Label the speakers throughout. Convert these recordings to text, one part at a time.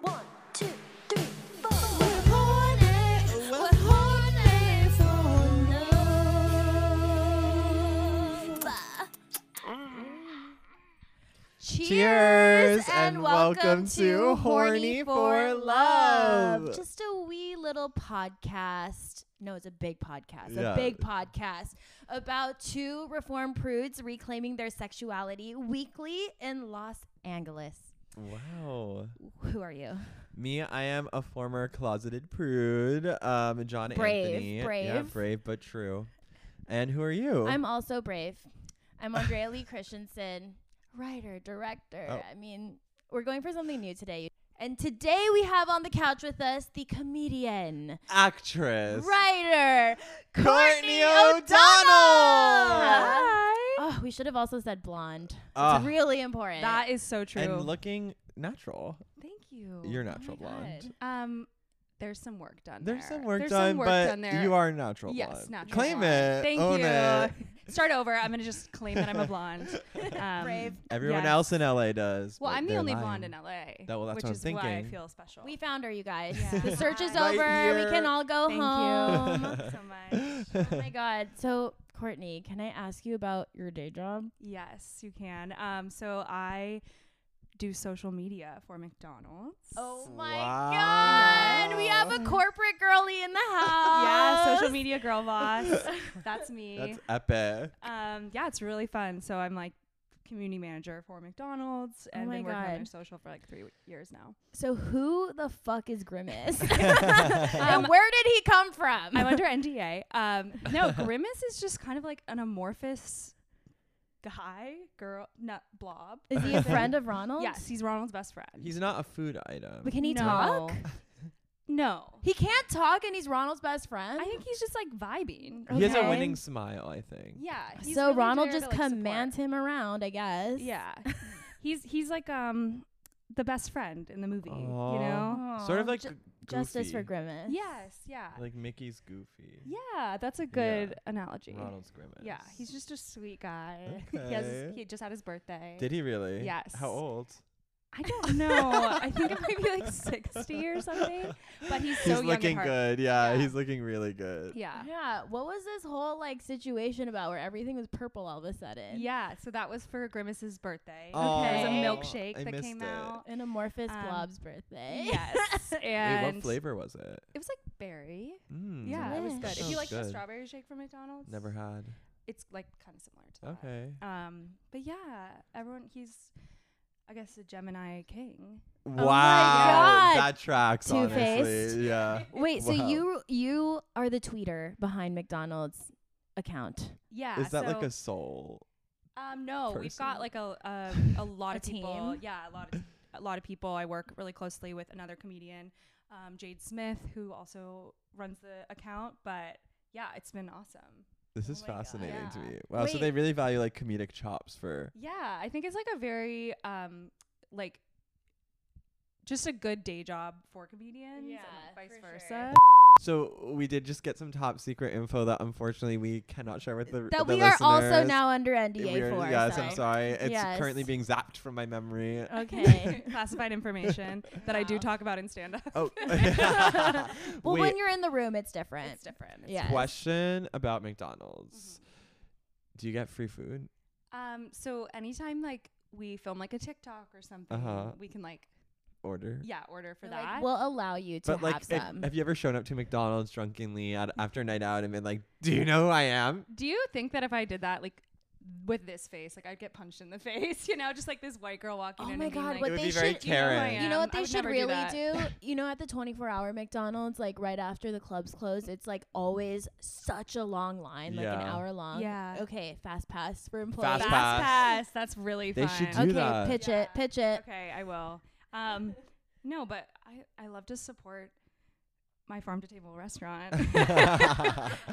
Speaker 1: One, two, three, four. We're horny, we're horny for love. Cheers,
Speaker 2: Cheers, and welcome to Horny for Love.
Speaker 1: Just a wee little podcast. No, it's a big podcast,
Speaker 2: Yeah.
Speaker 1: a big podcast about two reformed prudes reclaiming their sexuality weekly in Los Angeles.
Speaker 2: Wow.
Speaker 1: Who are you?
Speaker 2: Me, I am a former closeted prude. Um, John
Speaker 1: Brave,
Speaker 2: Anthony. Yeah,
Speaker 1: brave.
Speaker 2: brave but true. And who are you?
Speaker 1: I'm also brave. I'm Andrea Lee Christensen, writer, director.
Speaker 2: Oh.
Speaker 1: I mean, we're going for something new today. And today we have on the couch with us the comedian,
Speaker 2: actress.
Speaker 1: writer,
Speaker 2: Courtney
Speaker 1: Courtney
Speaker 2: O'Donnell.
Speaker 1: O'Donnell.
Speaker 3: Hi.
Speaker 1: Oh, we should have also said blonde.
Speaker 2: Ah.
Speaker 1: it's really important.
Speaker 3: That is so true.
Speaker 2: And looking natural.
Speaker 3: Thank you.
Speaker 2: You're
Speaker 3: Oh my
Speaker 2: natural blonde.
Speaker 3: God. Um, there's some work done.
Speaker 2: There's
Speaker 3: there.
Speaker 2: some work
Speaker 3: There's
Speaker 2: done,
Speaker 3: some work
Speaker 2: but
Speaker 3: done there.
Speaker 2: you are natural
Speaker 3: Yes,
Speaker 2: blonde.
Speaker 3: natural
Speaker 2: Claim
Speaker 3: blonde.
Speaker 2: it.
Speaker 3: Thank
Speaker 2: own
Speaker 3: you.
Speaker 2: it.
Speaker 3: Start over. I'm gonna just claim that I'm a blonde. Um,
Speaker 1: Brave.
Speaker 2: Everyone
Speaker 3: Yes.
Speaker 2: else in LA does.
Speaker 3: Well,
Speaker 2: but
Speaker 3: I'm the
Speaker 2: they're
Speaker 3: only
Speaker 2: lying.
Speaker 3: blonde in LA.
Speaker 2: That- well, that's
Speaker 3: which
Speaker 2: what I'm
Speaker 3: is why I
Speaker 2: thinking.
Speaker 3: feel special.
Speaker 1: we found her, you guys.
Speaker 3: Yeah.
Speaker 1: The search is
Speaker 2: Right
Speaker 1: over.
Speaker 2: here.
Speaker 1: We can all go
Speaker 3: Thank
Speaker 1: home.
Speaker 3: you so much.
Speaker 1: oh my god. So, Courtney, can I ask you about your day job?
Speaker 3: Yes, you can. Um, so I do social media for McDonald's.
Speaker 1: Oh my
Speaker 2: Wow.
Speaker 1: god. We have a corporate girlie in the house.
Speaker 3: Yeah, social media girl boss. That's me.
Speaker 2: That's epic.
Speaker 3: um, yeah, it's really fun. So I'm like community manager for McDonald's
Speaker 1: Oh
Speaker 3: and
Speaker 1: my
Speaker 3: been working on their
Speaker 1: God.
Speaker 3: social for like three w- years now.
Speaker 1: So who the fuck is Grimace? and where did he come from?
Speaker 3: I'm under NDA. Um, no, Grimace is just kind of like an amorphous guy, girl, not blob.
Speaker 1: is he a friend of Ronald?
Speaker 3: Yes, he's Ronald's best friend.
Speaker 2: He's not a food item.
Speaker 1: But can he
Speaker 3: No.
Speaker 1: talk?
Speaker 3: no.
Speaker 1: He can't talk and he's Ronald's best friend.
Speaker 3: I think he's just like vibing.
Speaker 2: He has a
Speaker 1: Okay.
Speaker 2: winning smile, I think.
Speaker 3: Yeah. he's
Speaker 1: so
Speaker 3: really
Speaker 1: Ronald
Speaker 3: there to,
Speaker 1: just
Speaker 3: like, support.
Speaker 1: commands him around, I guess.
Speaker 3: Yeah. he's he's like um the best friend in the movie.
Speaker 2: Aw.
Speaker 3: You know.
Speaker 2: Sort of
Speaker 1: Aw,
Speaker 2: like
Speaker 1: ju-
Speaker 2: g-
Speaker 1: justice for
Speaker 2: Goofy.
Speaker 1: Grimace.
Speaker 3: Yes. Yeah.
Speaker 2: Like Mickey's goofy.
Speaker 3: yeah. That's a good analogy.
Speaker 2: Ronald's grimace.
Speaker 3: Yeah, he's just a sweet guy. He has his,
Speaker 2: Okay.
Speaker 3: he just had his birthday.
Speaker 2: Did he really?
Speaker 3: Yes.
Speaker 2: How old?
Speaker 3: I don't know. I think it might be like sixty or something. But he's so
Speaker 2: he's
Speaker 3: young at
Speaker 2: looking
Speaker 3: heart.
Speaker 2: good. Yeah,
Speaker 3: Yeah.
Speaker 2: he's looking really good.
Speaker 3: Yeah.
Speaker 1: Yeah. What was this whole like situation about where everything was purple all of a sudden?
Speaker 3: Yeah. So that was for Grimace's birthday.
Speaker 2: Aw,
Speaker 3: There's a
Speaker 1: Okay.
Speaker 3: milkshake
Speaker 2: Oh, I
Speaker 3: that
Speaker 2: missed
Speaker 3: came
Speaker 2: it.
Speaker 3: out.
Speaker 1: An amorphous
Speaker 3: Um,
Speaker 1: blob's birthday.
Speaker 3: Yes. And
Speaker 2: Wait, what flavor was it?
Speaker 3: It was like berry.
Speaker 2: Mm,
Speaker 3: Yeah, it was good. If
Speaker 2: Sounds
Speaker 3: you like the
Speaker 2: good.
Speaker 3: strawberry shake from McDonald's,
Speaker 2: Never had.
Speaker 3: It's like kind of similar to that.
Speaker 2: Okay.
Speaker 3: Um, but yeah, everyone. He's, I guess, a Gemini king.
Speaker 2: wow.
Speaker 1: God.
Speaker 2: That tracks,
Speaker 1: Two-faced.
Speaker 2: honestly. Yeah.
Speaker 1: Wait, so
Speaker 2: Wow.
Speaker 1: you you are the tweeter behind McDonald's account.
Speaker 3: Yeah.
Speaker 2: Is that like
Speaker 3: so-
Speaker 2: a soul?
Speaker 3: Um, no, we've
Speaker 2: person?
Speaker 3: got like a a, a
Speaker 1: A
Speaker 3: lot of people.
Speaker 1: team?
Speaker 3: Yeah, a lot of a lot of people. I work really closely with another comedian, um, Jade Smith, who also runs the account. But yeah, it's been awesome.
Speaker 2: This
Speaker 1: Oh
Speaker 2: is
Speaker 1: my God.
Speaker 2: fascinating to
Speaker 3: Yeah.
Speaker 2: me. Wow. So
Speaker 1: Wait.
Speaker 2: they really value like comedic chops for.
Speaker 3: Yeah, I think it's like a very um like just a good day job for comedians.
Speaker 1: Yeah,
Speaker 3: and vice
Speaker 1: for
Speaker 3: versa.
Speaker 2: So we did just get some top secret info that unfortunately we cannot share with the
Speaker 1: That
Speaker 2: the
Speaker 1: we are also
Speaker 2: listeners.
Speaker 1: now under
Speaker 2: We
Speaker 1: NDA
Speaker 2: are-
Speaker 1: for.
Speaker 2: Yes,
Speaker 1: so.
Speaker 2: I'm sorry. It's
Speaker 1: Yes.
Speaker 2: currently being zapped from my memory.
Speaker 1: Okay.
Speaker 3: Classified information that I do
Speaker 1: Wow.
Speaker 3: talk about in stand up.
Speaker 2: Oh,
Speaker 1: well,
Speaker 2: wait.
Speaker 1: when you're in the room, it's different.
Speaker 3: It's different. It's
Speaker 1: Yeah.
Speaker 2: Question about
Speaker 1: Mm-hmm.
Speaker 2: McDonald's. Do you get free food?
Speaker 3: Um, so anytime like we film like a TikTok or something,
Speaker 2: Uh-huh.
Speaker 3: we can like
Speaker 2: Order.
Speaker 3: yeah order for
Speaker 1: We're like,
Speaker 3: that.
Speaker 1: we'll allow you to
Speaker 2: But
Speaker 1: have
Speaker 2: like, if-
Speaker 1: some.
Speaker 2: have you ever shown up to McDonald's drunkenly at, after a night out and been like, "Do you know who I am?"
Speaker 3: Do you think that if I did that, like with this face, like I'd get punched in the face? You know, just like this white girl walking
Speaker 1: Oh
Speaker 3: in.
Speaker 1: my
Speaker 3: and being
Speaker 1: God,
Speaker 3: like,
Speaker 1: what
Speaker 2: it would
Speaker 1: they
Speaker 2: be very
Speaker 1: should-
Speaker 3: you know who I
Speaker 2: caring.
Speaker 3: am.
Speaker 1: you know what
Speaker 3: I
Speaker 1: they
Speaker 3: would
Speaker 1: should
Speaker 3: never do
Speaker 1: really
Speaker 3: that.
Speaker 1: do? You know, at the 24 hour McDonald's, like right after the clubs close, it's like always such a long line, like an
Speaker 2: Yeah.
Speaker 1: hour long.
Speaker 3: Yeah.
Speaker 1: Okay, fast pass for employees.
Speaker 2: Fast
Speaker 3: Fast
Speaker 2: pass.
Speaker 3: pass. That's really
Speaker 2: They
Speaker 3: fun.
Speaker 2: should
Speaker 1: Okay,
Speaker 2: Do that.
Speaker 1: pitch
Speaker 3: Yeah.
Speaker 1: it, pitch it.
Speaker 3: Okay, I will. Um, no, but I I love to support my farm to table restaurant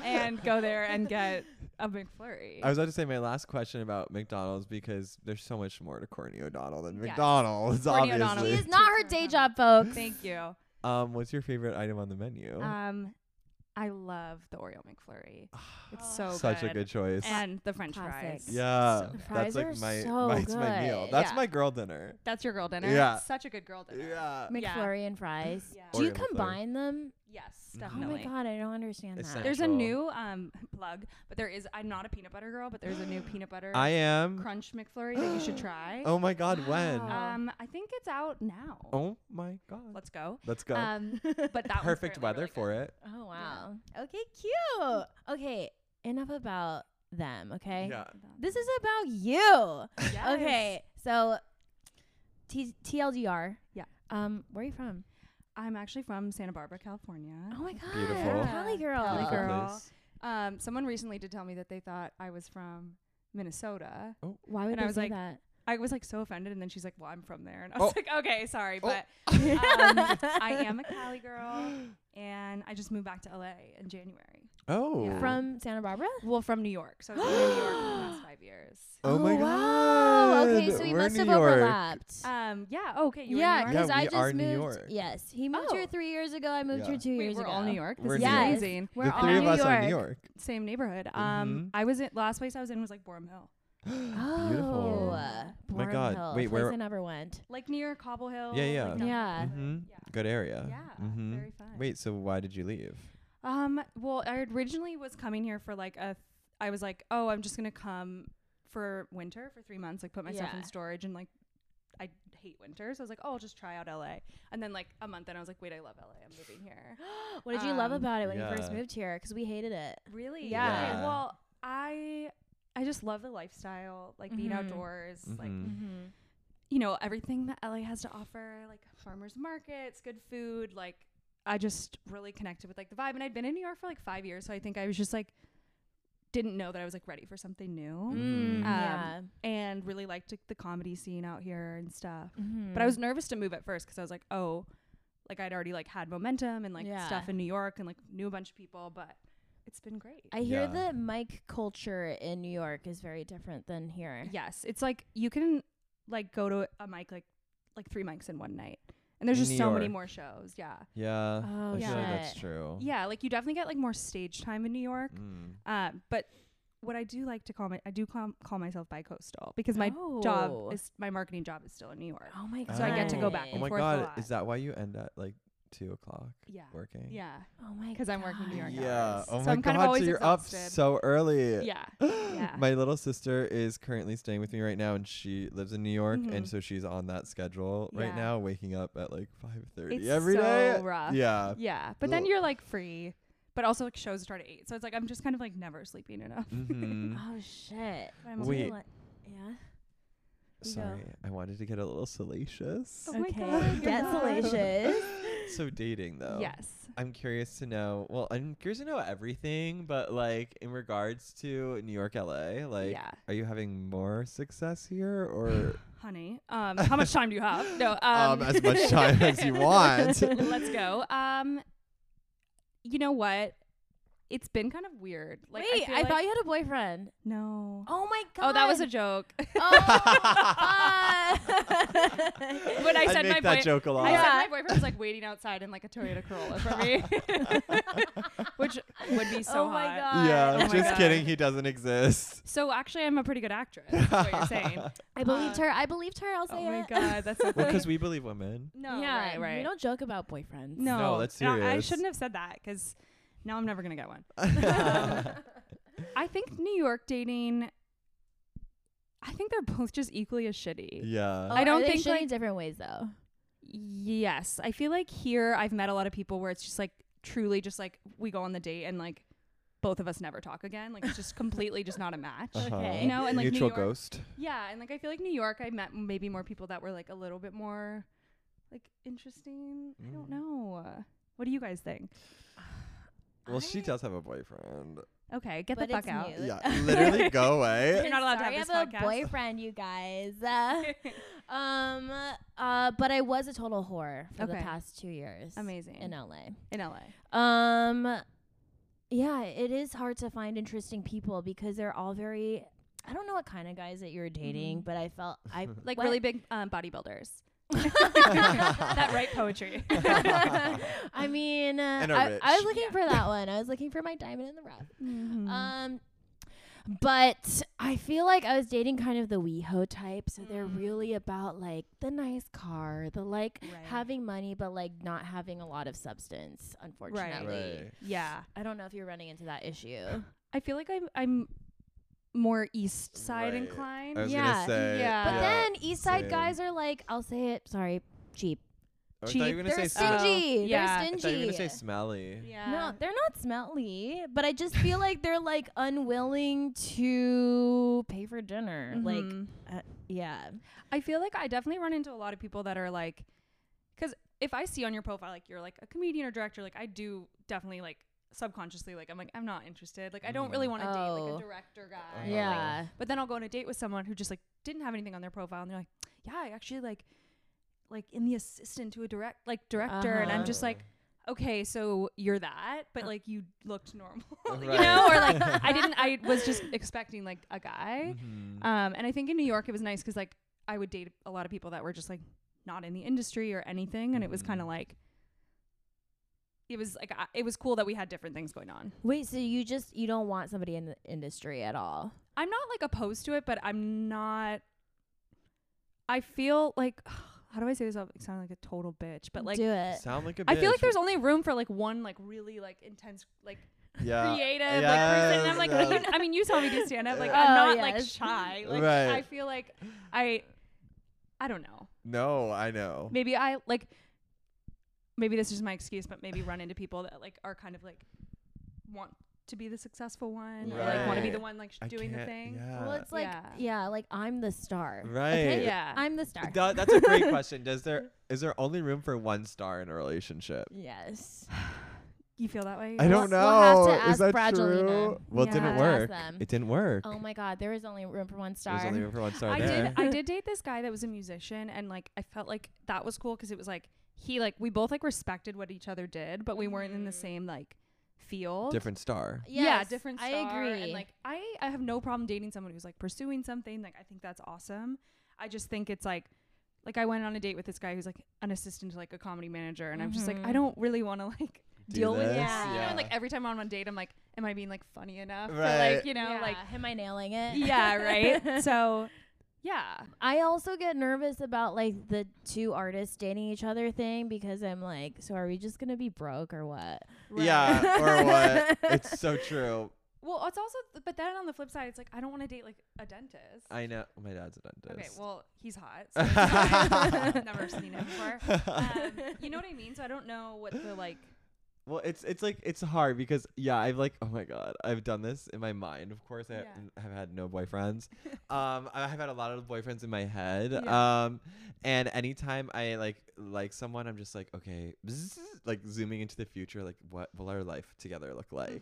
Speaker 3: and go there and get a McFlurry.
Speaker 2: I was about to say my last question about McDonald's because there's so much more to Courtney O'Donnell than
Speaker 3: Yes.
Speaker 2: McDonald's,
Speaker 3: Courtney O'Donnell.
Speaker 2: obviously.
Speaker 1: She
Speaker 3: Please.
Speaker 1: is not her day job, folks.
Speaker 3: Thank you.
Speaker 2: Um, what's your favorite item on the menu?
Speaker 3: Um, I love the Oreo McFlurry. It's so
Speaker 2: Ah, Such
Speaker 3: good.
Speaker 2: a good choice.
Speaker 3: and the French
Speaker 1: Classic.
Speaker 3: fries.
Speaker 2: yeah,
Speaker 1: so good.
Speaker 2: that's
Speaker 1: Fries
Speaker 2: like
Speaker 1: are
Speaker 2: my
Speaker 1: so
Speaker 2: my, it's my meal.
Speaker 1: good.
Speaker 2: That's
Speaker 3: Yeah.
Speaker 2: my girl dinner.
Speaker 3: that's your girl dinner.
Speaker 2: Yeah.
Speaker 3: such a good girl dinner.
Speaker 2: Yeah, Oh,
Speaker 3: Yeah.
Speaker 1: McFlurry and fries.
Speaker 3: Yeah.
Speaker 1: Do you
Speaker 2: Oreo McFlurry.
Speaker 1: combine them?
Speaker 2: Mhm.
Speaker 3: Yes,
Speaker 2: Oh my
Speaker 3: definitely.
Speaker 1: Oh my god, I don't understand
Speaker 2: It's
Speaker 1: that.
Speaker 2: not-
Speaker 3: There's a
Speaker 2: Natural.
Speaker 3: new um, plug, but there is. I'm not a peanut butter girl, but there's a new peanut butter
Speaker 2: I am.
Speaker 3: crunch McFlurry that you should try.
Speaker 2: Oh my god, when?
Speaker 1: Wow.
Speaker 3: Um, I think it's out now.
Speaker 2: Oh my god.
Speaker 3: Let's go.
Speaker 2: Let's go.
Speaker 3: Um, but that
Speaker 2: Perfect weather for it.
Speaker 1: oh wow. Okay, cute. Okay, enough about them. Okay.
Speaker 2: Yeah.
Speaker 1: This is about you. Okay, so T- TLDR.
Speaker 3: Yeah.
Speaker 1: Um, where are you from?
Speaker 3: I'm actually from Santa Barbara, California.
Speaker 1: Oh my god.
Speaker 2: Beautiful.
Speaker 1: Cali girl.
Speaker 3: Cali
Speaker 2: Beautiful
Speaker 3: girl.
Speaker 2: place.
Speaker 3: Um, someone recently did tell me that they thought I was from Minnesota.
Speaker 1: Why would
Speaker 3: And
Speaker 1: they
Speaker 3: I was
Speaker 1: say
Speaker 3: like,
Speaker 1: that?
Speaker 3: I was like so offended, and then she's like, "Well, I'm from there," and I
Speaker 2: Oh.
Speaker 3: was like, "Okay, sorry,
Speaker 2: Oh.
Speaker 3: but um, I am a Cali girl, and I just moved back to LA in January.
Speaker 2: Oh.
Speaker 3: Yeah.
Speaker 1: From Santa Barbara?
Speaker 3: Well, from New York, so I've been in New York for the past five years.
Speaker 2: Oh, my god.
Speaker 1: wow. Oh, Okay, so we
Speaker 2: We're
Speaker 1: must
Speaker 2: New
Speaker 1: have
Speaker 2: York.
Speaker 1: overlapped.
Speaker 3: Um, yeah, oh, okay, you
Speaker 1: yeah,
Speaker 3: were in
Speaker 2: Yeah,
Speaker 3: New York.
Speaker 1: because I
Speaker 2: we
Speaker 1: just
Speaker 2: are
Speaker 1: moved.
Speaker 2: New York.
Speaker 1: Yes, he moved here
Speaker 3: Oh.
Speaker 1: three years ago. I moved
Speaker 2: Yeah.
Speaker 1: here two
Speaker 3: Wait,
Speaker 1: years
Speaker 3: we're
Speaker 1: ago.
Speaker 3: all New York. This
Speaker 2: We're
Speaker 3: is
Speaker 1: New York.
Speaker 3: amazing. We're
Speaker 2: the
Speaker 3: all
Speaker 2: three of
Speaker 1: New
Speaker 2: us are
Speaker 1: York.
Speaker 2: New York.
Speaker 3: same neighborhood.
Speaker 2: Mm-hmm.
Speaker 3: Um, I was at last place I was in was like Borum Hill,
Speaker 1: Oh,
Speaker 2: Beautiful. Oh my
Speaker 1: Borum
Speaker 2: God.
Speaker 1: Hill, a
Speaker 2: Wait,
Speaker 1: place
Speaker 2: where-
Speaker 1: I never went.
Speaker 3: like near Cobble Hill.
Speaker 2: Yeah, yeah.
Speaker 3: like down
Speaker 1: Yeah.
Speaker 3: that way.
Speaker 2: Mm-hmm.
Speaker 3: Yeah.
Speaker 2: Good area.
Speaker 3: Yeah,
Speaker 2: Mm-hmm.
Speaker 3: very fun.
Speaker 2: Wait, so why did you leave?
Speaker 3: Um, well, I originally was coming here for like a, th- I was like, oh, I'm just gonna come for winter for three months, like put my stuff
Speaker 1: Yeah.
Speaker 3: in storage and like, I hate winter, so I was like, oh, I'll just try out LA. And then like a month, and I was like, wait, I love LA. I'm moving here.
Speaker 1: What did you love
Speaker 3: Um,
Speaker 1: about it when you first
Speaker 2: yeah.
Speaker 1: moved here? Because we hated it.
Speaker 3: Really?
Speaker 1: Yeah.
Speaker 3: Okay,
Speaker 2: Yeah.
Speaker 3: well, I, I just love the lifestyle, like being
Speaker 1: Mhm.
Speaker 3: outdoors, like
Speaker 1: Mm-hmm.
Speaker 2: Mhm.
Speaker 3: you know everything that LA has to offer, like farmers markets, good food, like I just really connected with like the vibe and I'd been in New York for like 5 years, so I think I was just like didn't know that I was like ready for something
Speaker 1: Mm-hmm. Um,
Speaker 2: Mm,
Speaker 3: new
Speaker 1: yeah.
Speaker 3: and really liked like, the comedy scene out here and stuff.
Speaker 1: Mhm.
Speaker 2: Mm.
Speaker 3: But I was nervous to move at first cuz I was like, "Oh, like I'd already like had momentum and like
Speaker 1: Yeah.
Speaker 3: stuff in New York and like knew a bunch of people, but it's been great."
Speaker 1: I hear
Speaker 2: Yeah.
Speaker 1: the mic culture in New York is very different than here.
Speaker 3: yes, it's like you can like go to a mic like like 3 mics in one night. And there's
Speaker 2: In
Speaker 3: just
Speaker 2: New
Speaker 3: so many
Speaker 2: York.
Speaker 3: more shows. Yeah.
Speaker 2: Yeah.
Speaker 1: Oh,
Speaker 2: I feel like
Speaker 1: shit.
Speaker 2: that's true.
Speaker 3: Yeah, like you definitely get like more stage time in New York.
Speaker 2: Mm.
Speaker 3: Um, but what I do like to call my I do call, call myself bicoastal because my
Speaker 1: Oh.
Speaker 3: job is my marketing job is still in New York.
Speaker 1: Oh my god.
Speaker 3: So I get to go back
Speaker 2: Oh
Speaker 3: and
Speaker 2: my
Speaker 3: forth a
Speaker 2: god,
Speaker 3: lot.
Speaker 2: is that why you end at like two o'clock
Speaker 3: Yeah.
Speaker 2: working?
Speaker 3: Yeah.
Speaker 1: Oh my.
Speaker 3: Because I'm working in New
Speaker 1: God.
Speaker 3: York.
Speaker 2: Yeah.
Speaker 3: hours.
Speaker 2: Oh
Speaker 3: So
Speaker 2: my
Speaker 3: I'm kind of
Speaker 2: god,
Speaker 3: always
Speaker 2: so you're up
Speaker 3: exhausted.
Speaker 2: so early.
Speaker 3: Yeah. yeah.
Speaker 2: My little sister is currently staying with me right now, and she lives in New York, and
Speaker 3: Mhm.
Speaker 2: so she's on that schedule right
Speaker 3: Yeah.
Speaker 2: now, waking up at like five
Speaker 3: It's
Speaker 2: thirty every
Speaker 3: so
Speaker 2: day.
Speaker 3: rough.
Speaker 2: Yeah.
Speaker 3: Yeah. But then
Speaker 2: Ugh.
Speaker 3: you're like free. But also like shows start at eight. So it's like I'm just kind of like never sleeping enough.
Speaker 2: hmm
Speaker 1: Oh shit.
Speaker 3: But I'm also
Speaker 2: Mm. Wait.
Speaker 3: like- Oh
Speaker 1: Yeah. go.
Speaker 2: Sorry, I wanted to get a little salacious.
Speaker 3: Oh my
Speaker 1: okay.
Speaker 3: God, you're
Speaker 1: Get
Speaker 3: not.
Speaker 1: salacious.
Speaker 2: So dating though.
Speaker 3: Yes.
Speaker 2: I'm curious to know. Well, I'm curious to know everything, but like in regards to New York, LA, like,
Speaker 3: Yeah.
Speaker 2: are you having more success here or
Speaker 3: Honey. Um how much time do you have? No. Um,
Speaker 2: um, as much time as you want?
Speaker 3: Let's go. Um, you know what? It's been kind of weird. Like,
Speaker 1: Wait,
Speaker 3: feel
Speaker 1: I,
Speaker 3: like-
Speaker 1: thought you had a boyfriend.
Speaker 3: no.
Speaker 1: Oh my god.
Speaker 3: Oh, that was a joke.
Speaker 1: Oh.
Speaker 3: when I
Speaker 2: I
Speaker 3: said
Speaker 2: make
Speaker 3: my
Speaker 2: that
Speaker 3: boy-
Speaker 2: joke a lot.
Speaker 3: I
Speaker 1: Yeah.
Speaker 3: said my boyfriend was like waiting outside in like a Toyota Corolla for me, which would be so
Speaker 1: oh my
Speaker 3: hot.
Speaker 1: god.
Speaker 2: yeah,
Speaker 3: Oh my
Speaker 2: just
Speaker 3: God.
Speaker 2: kidding. He doesn't exist.
Speaker 3: So actually, I'm a pretty good actress. Is what you're saying?
Speaker 1: I believed her. I believed her. I'll say
Speaker 3: oh my
Speaker 1: it.
Speaker 3: god, that's so
Speaker 2: Well,
Speaker 3: funny.
Speaker 2: because we believe women.
Speaker 3: no,
Speaker 1: yeah,
Speaker 3: right, right.
Speaker 1: You don't joke about boyfriends.
Speaker 3: no,
Speaker 2: No, that's
Speaker 3: no, I
Speaker 2: serious.
Speaker 3: shouldn't have said that because now I'm never gonna get one.
Speaker 2: yeah.
Speaker 3: I think New York dating. I think they're both just equally as shitty.
Speaker 2: Uh,
Speaker 1: Oh,
Speaker 3: I don't
Speaker 1: are they
Speaker 3: think,
Speaker 1: shitty in
Speaker 3: like-
Speaker 1: different ways though.
Speaker 3: Yes. I feel like here I've met a lot of people where it's just like truly just like we go on the date and like both of us never talk again. Like it's just completely just not a match.
Speaker 1: Uh-huh. Okay.
Speaker 3: You know, and like New
Speaker 2: mutual
Speaker 3: York-
Speaker 2: ghost.
Speaker 3: Yeah. And like I feel like New York I met maybe more people that were like a little bit more like interesting. I
Speaker 2: Mm.
Speaker 3: don't know. What do you guys think?
Speaker 2: Well, she
Speaker 1: I-
Speaker 2: does have a boyfriend.
Speaker 3: Okay, get
Speaker 1: But
Speaker 3: the fuck
Speaker 1: it's
Speaker 3: out.
Speaker 1: new.
Speaker 2: Yeah, literally go away.
Speaker 3: You're not allowed to
Speaker 1: Sorry,
Speaker 3: have this
Speaker 1: I have
Speaker 3: podcast.
Speaker 1: a boyfriend, you guys. Uh, um, uh, but I was a total whore for the
Speaker 3: Okay.
Speaker 1: past two years.
Speaker 3: Amazing.
Speaker 1: in LA.
Speaker 3: In LA.
Speaker 1: Um, yeah, it is hard to find interesting people because they're all very. I don't know what kind of guys that you were dating, but I felt I
Speaker 3: Mm-hmm. Like
Speaker 1: What?
Speaker 3: really big um, bodybuilders. that right poetry.
Speaker 1: I mean, uh,
Speaker 2: And are
Speaker 1: I, I was
Speaker 2: rich.
Speaker 1: looking
Speaker 3: Yeah.
Speaker 1: for that one. I was looking for my diamond in the rough.
Speaker 3: Mm-hmm.
Speaker 1: Um, but I feel like I was dating kind of the WeHo type, so they're
Speaker 3: Mm.
Speaker 1: really about like the nice car, the like
Speaker 3: Right.
Speaker 1: having money, but like not having a lot of substance. Unfortunately,
Speaker 2: right.
Speaker 3: yeah,
Speaker 1: I don't know if you're running into that issue.
Speaker 3: I feel like I'm I'm more East
Speaker 2: Right.
Speaker 3: Side inclined.
Speaker 2: I was
Speaker 1: Yeah,
Speaker 2: gonna say.
Speaker 3: yeah.
Speaker 1: But
Speaker 3: But
Speaker 1: then East Side
Speaker 2: same.
Speaker 1: guys are like, I'll say it. Sorry, cheap.
Speaker 2: Oh, I thought you
Speaker 3: cheap-
Speaker 2: were gonna
Speaker 1: They're
Speaker 2: say
Speaker 3: sm-
Speaker 2: smelly.
Speaker 1: stingy. They're
Speaker 3: yeah. I
Speaker 2: I thought you were
Speaker 1: stingy.
Speaker 2: gonna say smelly.
Speaker 3: yeah.
Speaker 1: No, they're not smelly, but I just feel like they're like unwilling to pay for dinner. Like,
Speaker 3: Mhm.
Speaker 1: yeah.
Speaker 3: I feel like I definitely run into a lot of people that are like, because if I see on your profile like you're like a comedian or director, like I do definitely like subconsciously like I'm like I'm not interested. Like I don't really
Speaker 2: Mm.
Speaker 3: want to date like
Speaker 1: Oh.
Speaker 3: a director guy.
Speaker 2: Uh-huh.
Speaker 3: like,
Speaker 1: Yeah.
Speaker 3: But then I'll go on a date with someone who just like didn't have anything on their profile, and they're like, yeah, I actually like like in the assistant to a direct like director, and I'm just
Speaker 2: Uh-huh.
Speaker 3: like. Okay, so you're that, but like you looked normal, you
Speaker 2: Right.
Speaker 3: know, or like I didn't. I was just expecting like a guy,
Speaker 2: Mhm.
Speaker 3: um, and I think in New York it was nice because like I would date a lot of people that were just like not in the industry or anything, and it was
Speaker 2: Mhm.
Speaker 3: kind of like it was like I, it was cool that we had different things going on.
Speaker 1: Wait, so you just you don't want somebody in the industry at all?
Speaker 3: I'm not like opposed to it, but I'm not. I feel like how do I say this? without sounding like a total bitch, but like
Speaker 1: do it.
Speaker 2: Sound like a
Speaker 3: I feel like
Speaker 2: bitch.
Speaker 3: there's only room for like one like really like intense like
Speaker 2: yeah.
Speaker 3: creative like person. And I'm like,
Speaker 2: Yes,
Speaker 3: you- I mean, you saw me do stand up. Like,
Speaker 1: Oh,
Speaker 3: I'm not like
Speaker 1: yes.
Speaker 3: shy. Like,
Speaker 2: Right.
Speaker 3: I feel like I, I don't know.
Speaker 2: No, I know.
Speaker 3: maybe I like maybe this is my excuse, but maybe run into people that like are kind of like want to be the successful one, or like want to be
Speaker 2: Right.
Speaker 3: the one like sh-
Speaker 2: I
Speaker 3: doing the
Speaker 2: can't-
Speaker 3: thing.
Speaker 2: Yeah.
Speaker 1: well, it's like yeah.
Speaker 3: Yeah.
Speaker 1: like I'm the star.
Speaker 2: Right.
Speaker 3: Yeah.
Speaker 1: I'm the star.
Speaker 2: Tha- that's a great question. Does there is there only room for one star in a relationship?
Speaker 1: yes.
Speaker 3: You feel that way?
Speaker 2: I don't
Speaker 1: We'll- we'll have
Speaker 2: know.
Speaker 1: to
Speaker 2: is
Speaker 1: ask
Speaker 2: that
Speaker 1: Bradgelina.
Speaker 2: true? Well, it
Speaker 3: Yeah.
Speaker 2: didn't
Speaker 3: We'll
Speaker 1: ask
Speaker 2: work.
Speaker 1: them.
Speaker 2: It didn't work.
Speaker 1: Oh my god, there is only room for one
Speaker 2: There's
Speaker 1: star.
Speaker 2: only room for one star
Speaker 3: I
Speaker 2: there.
Speaker 3: did. I did date this guy that was a musician, and like I felt like that was cool because it was like he like we both like respected what each other did, but we weren't in the
Speaker 1: Mhm.
Speaker 3: same like field.
Speaker 2: Different star.
Speaker 3: yeah,
Speaker 1: Yes,
Speaker 3: different.
Speaker 1: I
Speaker 3: Star,
Speaker 1: agree.
Speaker 3: And like, I, I have no problem dating someone who's like pursuing something. Like, I think that's awesome. I just think it's like, like I went on a date with this guy who's like an assistant to like a comedy manager, and I'm just like,
Speaker 1: Mhm.
Speaker 3: I don't really want to like
Speaker 2: Do
Speaker 3: deal with
Speaker 2: this?
Speaker 3: this.
Speaker 1: Yeah.
Speaker 3: You know, and like
Speaker 2: Yeah.
Speaker 3: every time I'm on a date, I'm like, am I being like funny enough? Or,
Speaker 2: Right.
Speaker 3: like, you know,
Speaker 1: Yeah,
Speaker 3: like,
Speaker 1: am I nailing it?
Speaker 3: yeah, right. so, yeah,
Speaker 1: I also get nervous about like the two artists dating each other thing because I'm like, so are we just gonna be broke or what?
Speaker 3: right.
Speaker 2: Yeah, Uh, or what? it's so true.
Speaker 3: Well, it's also, but then on the flip side, it's like I don't want to date like a dentist.
Speaker 2: I know. My dad's a
Speaker 3: Okay,
Speaker 2: dentist.
Speaker 3: well, he's hot. So I've never seen him before. Um, you know what I mean? So I don't know what the like.
Speaker 2: Well, it's it's like it's hard because yeah, I've like oh my god, I've done this in my mind. Of course, I
Speaker 3: Yeah.
Speaker 2: have had no boyfriends. um, I have had a lot of boyfriends in my head.
Speaker 3: Yeah.
Speaker 2: Um, and anytime I like like someone, I'm just like okay, bzzz, like zooming into the future, like what will our life together look
Speaker 3: Mm-hmm.
Speaker 2: like?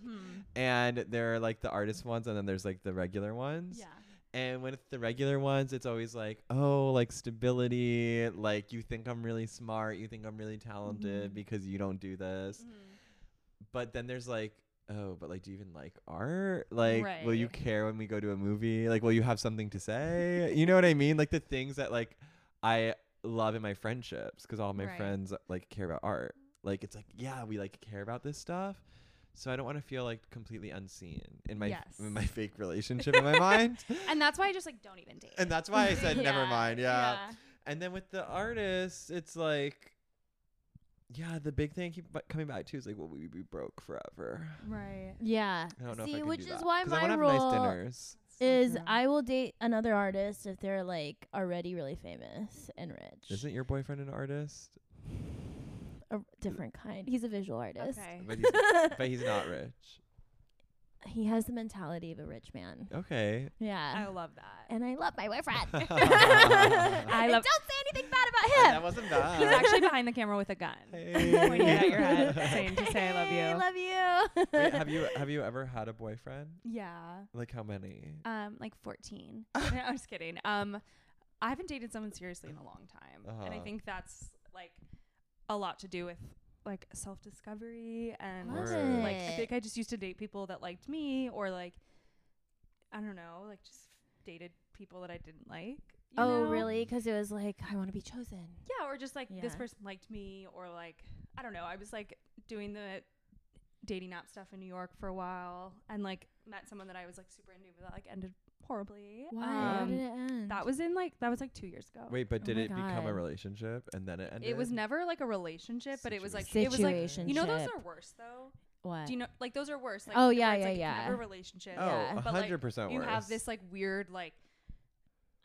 Speaker 2: And there are like the artist ones, and then there's like the regular ones.
Speaker 3: Yeah.
Speaker 2: And with the regular ones, it's always like, oh, like stability. Like you think I'm really smart, you think I'm really talented
Speaker 3: Mhm.
Speaker 2: because you don't do this
Speaker 3: mm-hmm.
Speaker 2: but then there's like oh but like do you even like art like will you
Speaker 3: Right.
Speaker 2: care when we go to a movie like will you have something to say you know what i mean like the things that like i love in my friendships because all my
Speaker 3: Right.
Speaker 2: friends like care about art like it's like yeah we like care about this stuff so i don't want to feel like completely unseen in my
Speaker 3: Yes.
Speaker 2: in my fake relationship in my mind
Speaker 3: And that's why I just like don't even date.
Speaker 2: and that's why i said never
Speaker 3: Yeah,
Speaker 2: mind yeah. And then with the artists, it's like, yeah, the big thing I keep bu- coming back to is like, will we be broke forever?
Speaker 3: Right.
Speaker 1: Yeah.
Speaker 2: I don't know.
Speaker 1: See,
Speaker 2: if I can
Speaker 1: which
Speaker 2: do
Speaker 1: is
Speaker 2: that,
Speaker 1: why
Speaker 2: 'cause
Speaker 1: my
Speaker 2: I wanna
Speaker 1: rule
Speaker 2: have nice dinners.
Speaker 1: is I will date another artist if they're like already really famous and rich.
Speaker 2: Isn't your boyfriend an artist?
Speaker 1: a different kind. He's a visual artist.
Speaker 3: Okay.
Speaker 2: But he's, but he's not rich.
Speaker 1: He has the mentality of a rich man.
Speaker 2: Okay.
Speaker 1: Yeah.
Speaker 3: I love that.
Speaker 1: and I love my boyfriend.
Speaker 3: I
Speaker 1: And
Speaker 3: love-
Speaker 1: Don't say anything bad about
Speaker 2: that
Speaker 1: him.
Speaker 2: wasn't
Speaker 3: He's
Speaker 2: bad.
Speaker 3: actually behind the camera with a gun,
Speaker 2: Hey.
Speaker 3: pointing it at your head, saying to say I love
Speaker 1: Hey,
Speaker 3: you.
Speaker 1: love you.
Speaker 2: Wait, have you have you ever had a boyfriend?
Speaker 3: yeah.
Speaker 2: Like how many?
Speaker 3: Um, like 14. no, I'm just kidding. Um, I haven't dated someone seriously in a long time, and I
Speaker 2: Uh-huh.
Speaker 3: think that's like a lot to do with like self discovery and
Speaker 1: Love
Speaker 2: Word.
Speaker 3: like I
Speaker 1: it.
Speaker 3: think I just used to date people that liked me or like I don't know, like just dated people that I didn't like. you
Speaker 1: Oh,
Speaker 3: know?
Speaker 1: really? Because it was like, I want to be chosen.
Speaker 3: Yeah, or just like this
Speaker 1: Yeah.
Speaker 3: person liked me, or like I don't know. I was like doing the dating app stuff in New York for a while, and like met someone that I was like super into, but that like ended horribly.
Speaker 1: Why?
Speaker 3: Um,
Speaker 1: How did it end?
Speaker 3: that was in like that was like two years ago.
Speaker 2: Wait, but
Speaker 1: Oh
Speaker 2: did
Speaker 1: my
Speaker 2: it become a
Speaker 1: God.
Speaker 2: relationship and then it ended?
Speaker 3: It was never like a relationship, but it was like it was like
Speaker 1: situation.
Speaker 3: you know those are worse though.
Speaker 1: what?
Speaker 3: Do you know like those are worse? Like,
Speaker 1: Oh,
Speaker 3: where
Speaker 1: yeah,
Speaker 3: it's,
Speaker 1: yeah,
Speaker 3: like, you can
Speaker 1: yeah.
Speaker 3: Have a relationship.
Speaker 2: Oh,
Speaker 1: Yeah.
Speaker 2: a
Speaker 3: But, like,
Speaker 2: hundred percent
Speaker 3: you
Speaker 2: worse.
Speaker 3: have this like weird like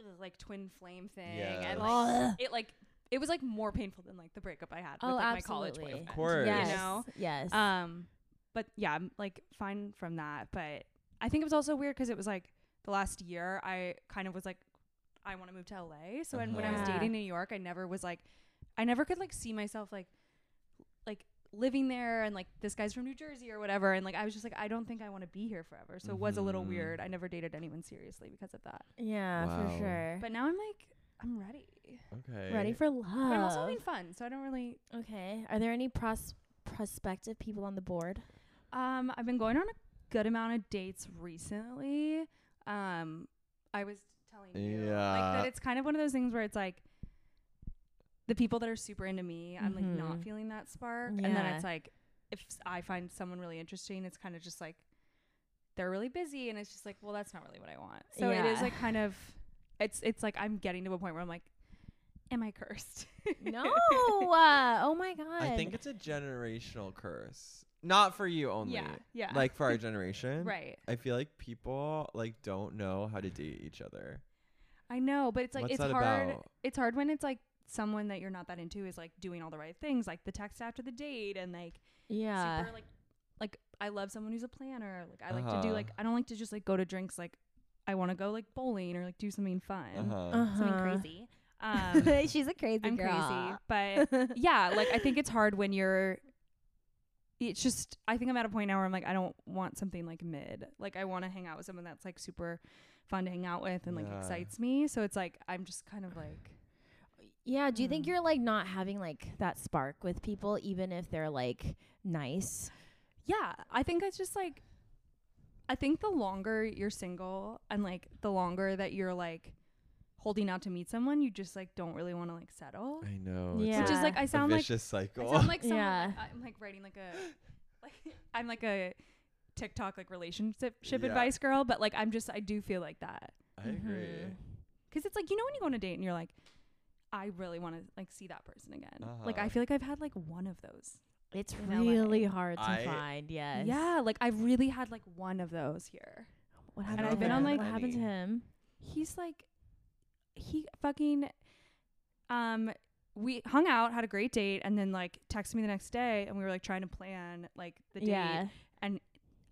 Speaker 3: ugh, like twin flame thing
Speaker 2: Yes.
Speaker 3: and like
Speaker 1: Ugh.
Speaker 3: it like it was like more painful than like the breakup I had
Speaker 1: Oh,
Speaker 3: with like, my college
Speaker 1: absolutely.
Speaker 3: boyfriend.
Speaker 2: Of course.
Speaker 1: yes.
Speaker 3: You know?
Speaker 1: Yes.
Speaker 3: Um but yeah, I'm like fine from that, but I think it was also weird cuz it was like the last year I kind of was like I want to move to LA. So and when I was
Speaker 1: Uh-huh.
Speaker 3: dating in New York, I never was like I never could like see myself like like living there and like this guy's from New Jersey or whatever and like I was just like I don't think I want to be here forever. So it was a
Speaker 1: Mm-hmm.
Speaker 3: little
Speaker 2: Mhm.
Speaker 3: weird. I never dated anyone seriously because of that.
Speaker 1: yeah,
Speaker 2: Wow.
Speaker 1: for sure.
Speaker 3: But now I'm like I'm ready.
Speaker 2: okay.
Speaker 1: Ready for love.
Speaker 3: But I'm also having fun, so I don't really
Speaker 1: okay. Are there any pros- prospective people on the board?
Speaker 3: Um, I've been going on a good amount of dates recently. Um, I was telling you like
Speaker 2: Yeah.
Speaker 3: that it's kind of one of those things where it's like the people that are super into me, I'm like not
Speaker 1: Mhm.
Speaker 3: feeling that spark, and then
Speaker 1: Yeah.
Speaker 3: it's like if s- I find someone really interesting, it's kind of just like they're really busy, and it's just like, well, that's not really what I want. So it is
Speaker 1: Yeah.
Speaker 3: like kind of, it's it's like I'm getting to a point where I'm like, am I cursed?
Speaker 1: no. Uh, oh my god.
Speaker 2: I think it's a generational curse. Not for you only.
Speaker 3: yeah, yeah,
Speaker 2: Like for our generation.
Speaker 3: right.
Speaker 2: I feel like people like don't know how to date each other.
Speaker 3: I know, but it's like
Speaker 2: What's
Speaker 3: it's
Speaker 2: that
Speaker 3: hard.
Speaker 2: about?
Speaker 3: It's hard when it's like someone that you're not that into is like doing all the right things, like the text after the date, and like
Speaker 1: yeah.
Speaker 3: super like like I love someone who's a planner. Like I like to
Speaker 2: Uh-huh.
Speaker 3: do like I don't like to just like go to drinks. Like I want to go like bowling or like do something fun,
Speaker 2: Uh-huh.
Speaker 3: something
Speaker 1: Uh-huh.
Speaker 3: crazy. Um,
Speaker 1: She's a crazy
Speaker 3: I'm
Speaker 1: girl.
Speaker 3: crazy, but yeah, like I think it's hard when you're. It's just I think I'm at a point now where I'm like I don't want something like mid. Like I want to hang out with someone that's like super fun to hang out with and like
Speaker 2: Yeah.
Speaker 3: excites me. So it's like I'm just kind of like
Speaker 1: Yeah. Do you think
Speaker 3: Hmm.
Speaker 1: you're like not having like that spark with people, even if they're like nice?
Speaker 3: yeah. I think it's just like I think the longer you're single and like the longer that you're like holding out to meet someone, you just like don't really want to like settle.
Speaker 2: I know.
Speaker 1: Yeah.
Speaker 3: Which is like I
Speaker 2: It's like
Speaker 3: sound
Speaker 2: a
Speaker 3: like
Speaker 2: vicious
Speaker 3: I
Speaker 2: cycle.
Speaker 3: sound like someone,
Speaker 1: Yeah.
Speaker 3: I'm like writing like a like I'm like a TikTok like relationship ship
Speaker 2: Yeah.
Speaker 3: advice girl, but like I'm just I do feel like that
Speaker 2: I agree.
Speaker 1: Mhm.
Speaker 3: because it's like you know when you go on a date and you're like I really want to like see that person again. Like
Speaker 2: Uh-huh.
Speaker 3: I feel like I've had like one of those.
Speaker 1: It's
Speaker 3: In LA.
Speaker 1: really hard to
Speaker 2: I-
Speaker 1: find. Yes.
Speaker 3: Yeah, like I've really had like one of those here.
Speaker 1: What
Speaker 2: And
Speaker 1: happened?
Speaker 3: I've
Speaker 1: to
Speaker 3: been on,
Speaker 1: him?
Speaker 3: like-
Speaker 1: what happened to
Speaker 2: Honey.
Speaker 1: him?
Speaker 3: He's like he fucking um we hung out, had a great date, and then like texted me the next day and we were like trying to plan like the date.
Speaker 1: yeah.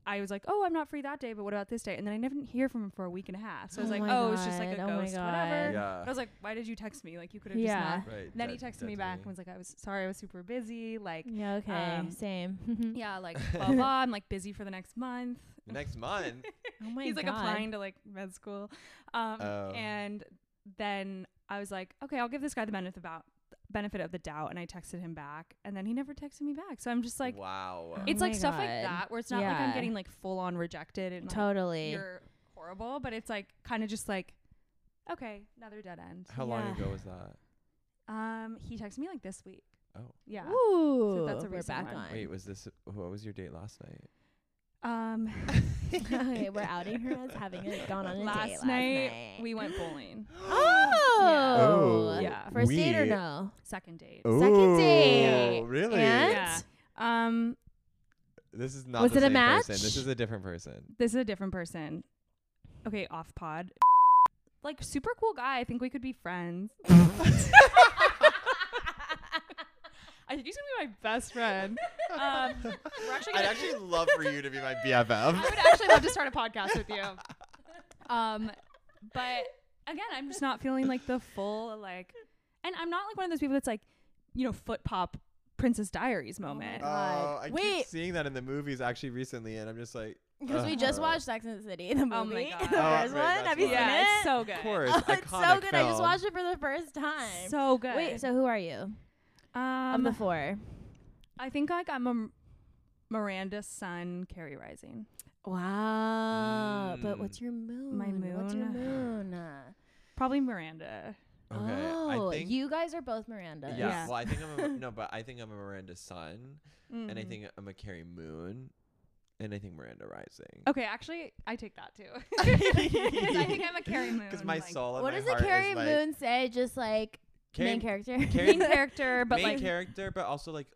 Speaker 3: I was like, oh, I'm not free that day, but what about this day? And then I didn't hear from him for a week and a half. So I was
Speaker 1: Oh
Speaker 3: like,
Speaker 1: my
Speaker 3: oh, it's just like a
Speaker 1: God. Oh my
Speaker 3: ghost,
Speaker 1: God.
Speaker 3: whatever.
Speaker 2: Yeah.
Speaker 3: I was like, why did you text me? Like, you could have
Speaker 1: Yeah.
Speaker 3: just not.
Speaker 2: Right.
Speaker 3: Then he
Speaker 2: dead-
Speaker 3: texted me
Speaker 2: dead
Speaker 3: back
Speaker 2: to
Speaker 3: and was like, I was sorry, I was super busy. Like,
Speaker 1: Yeah. Okay.
Speaker 3: um,
Speaker 1: Same.
Speaker 3: yeah, like, blah, blah. I'm like busy for the next month.
Speaker 2: Next month.
Speaker 1: Oh my
Speaker 3: He's like
Speaker 1: God.
Speaker 3: applying to like med school. Um,
Speaker 2: Oh.
Speaker 3: And then I was like, okay, I'll give this guy the benefit about benefit of the doubt. And I texted him back. And then he never texted me back. So I'm just like,
Speaker 2: wow.
Speaker 3: it's
Speaker 1: Oh
Speaker 3: like
Speaker 1: my
Speaker 3: stuff like
Speaker 1: God.
Speaker 3: that where it's not like I'm
Speaker 1: Yeah.
Speaker 3: getting like full on rejected and like,
Speaker 1: Totally.
Speaker 3: you're horrible, but it's like kind of just like, okay, another dead end.
Speaker 2: How long
Speaker 1: yeah.
Speaker 2: ago was that?
Speaker 3: Um, he texted me like this week.
Speaker 2: Oh.
Speaker 3: Yeah.
Speaker 1: Ooh.
Speaker 3: that's a
Speaker 1: we're
Speaker 3: recent
Speaker 1: back on.
Speaker 3: one.
Speaker 2: Wait, was this what was your date last night?
Speaker 3: Um,
Speaker 1: okay, we're outing her as having a, gone on a
Speaker 3: last,
Speaker 1: date last
Speaker 3: night,
Speaker 1: night.
Speaker 3: we went bowling.
Speaker 1: Oh.
Speaker 2: Oh,
Speaker 3: Yeah.
Speaker 1: First date or
Speaker 2: we-
Speaker 1: no?
Speaker 3: Second date.
Speaker 1: Second date.
Speaker 2: Oh, Really?
Speaker 1: And?
Speaker 3: Yeah. Um,
Speaker 2: This is not
Speaker 1: Was
Speaker 2: the
Speaker 1: it a
Speaker 2: same person.
Speaker 1: match?
Speaker 2: This is a different person.
Speaker 3: this is a different person. Okay, off pod. Like super cool guy. I think we could be friends. I think he's gonna be my best friend. Um, we're actually
Speaker 2: I'd
Speaker 3: gonna
Speaker 2: actually love for you to be my BFF.
Speaker 3: I would actually love to start a podcast with you. Um, but again, I'm just not feeling like the full like, and I'm not like one of those people that's like, you know, foot pop Princess Diaries moment.
Speaker 1: God.
Speaker 2: Oh, I keep
Speaker 1: Wait.
Speaker 2: seeing that in the movies actually recently, and I'm just like,
Speaker 1: Because we just
Speaker 2: Oh.
Speaker 1: watched Sex and the City, the movie.
Speaker 3: Oh my God.
Speaker 1: The
Speaker 3: Oh,
Speaker 2: right,
Speaker 1: first one.
Speaker 2: that's
Speaker 1: Have you
Speaker 2: why.
Speaker 1: seen
Speaker 3: yeah, it's
Speaker 1: it?
Speaker 3: so good.
Speaker 2: of course,
Speaker 1: Oh, it's so
Speaker 2: iconic
Speaker 1: good. I just
Speaker 2: film.
Speaker 1: watched it for the first time.
Speaker 3: So good.
Speaker 1: Wait, so who are you?
Speaker 3: um,
Speaker 1: Of the four.
Speaker 3: I think like I'm a M- Miranda Sun Carrie Rising.
Speaker 1: Wow. But
Speaker 2: Mm.
Speaker 1: what's your moon?
Speaker 3: My
Speaker 1: What's your
Speaker 3: moon?
Speaker 1: Mm. moon?
Speaker 3: Probably Miranda.
Speaker 2: Okay.
Speaker 1: Oh,
Speaker 2: I think
Speaker 1: you guys are both Miranda.
Speaker 2: yeah.
Speaker 3: Yeah.
Speaker 2: Well, I think I'm a, no, but I think I'm a Miranda Sun, and I
Speaker 3: Mhm.
Speaker 2: think I'm a Carrie Moon, and I think Miranda Rising.
Speaker 3: Okay, actually, I take that too. Oh, 'Cause I think I'm a Carrie Moon.
Speaker 2: Because my
Speaker 3: like-
Speaker 2: soul and
Speaker 1: What
Speaker 2: my
Speaker 1: does a
Speaker 2: heart is
Speaker 1: Carrie
Speaker 2: like-
Speaker 1: Moon say? Just like
Speaker 2: Carrie-
Speaker 1: main character,
Speaker 2: Carrie-
Speaker 1: main character, but
Speaker 2: main
Speaker 1: like,
Speaker 2: character, but also like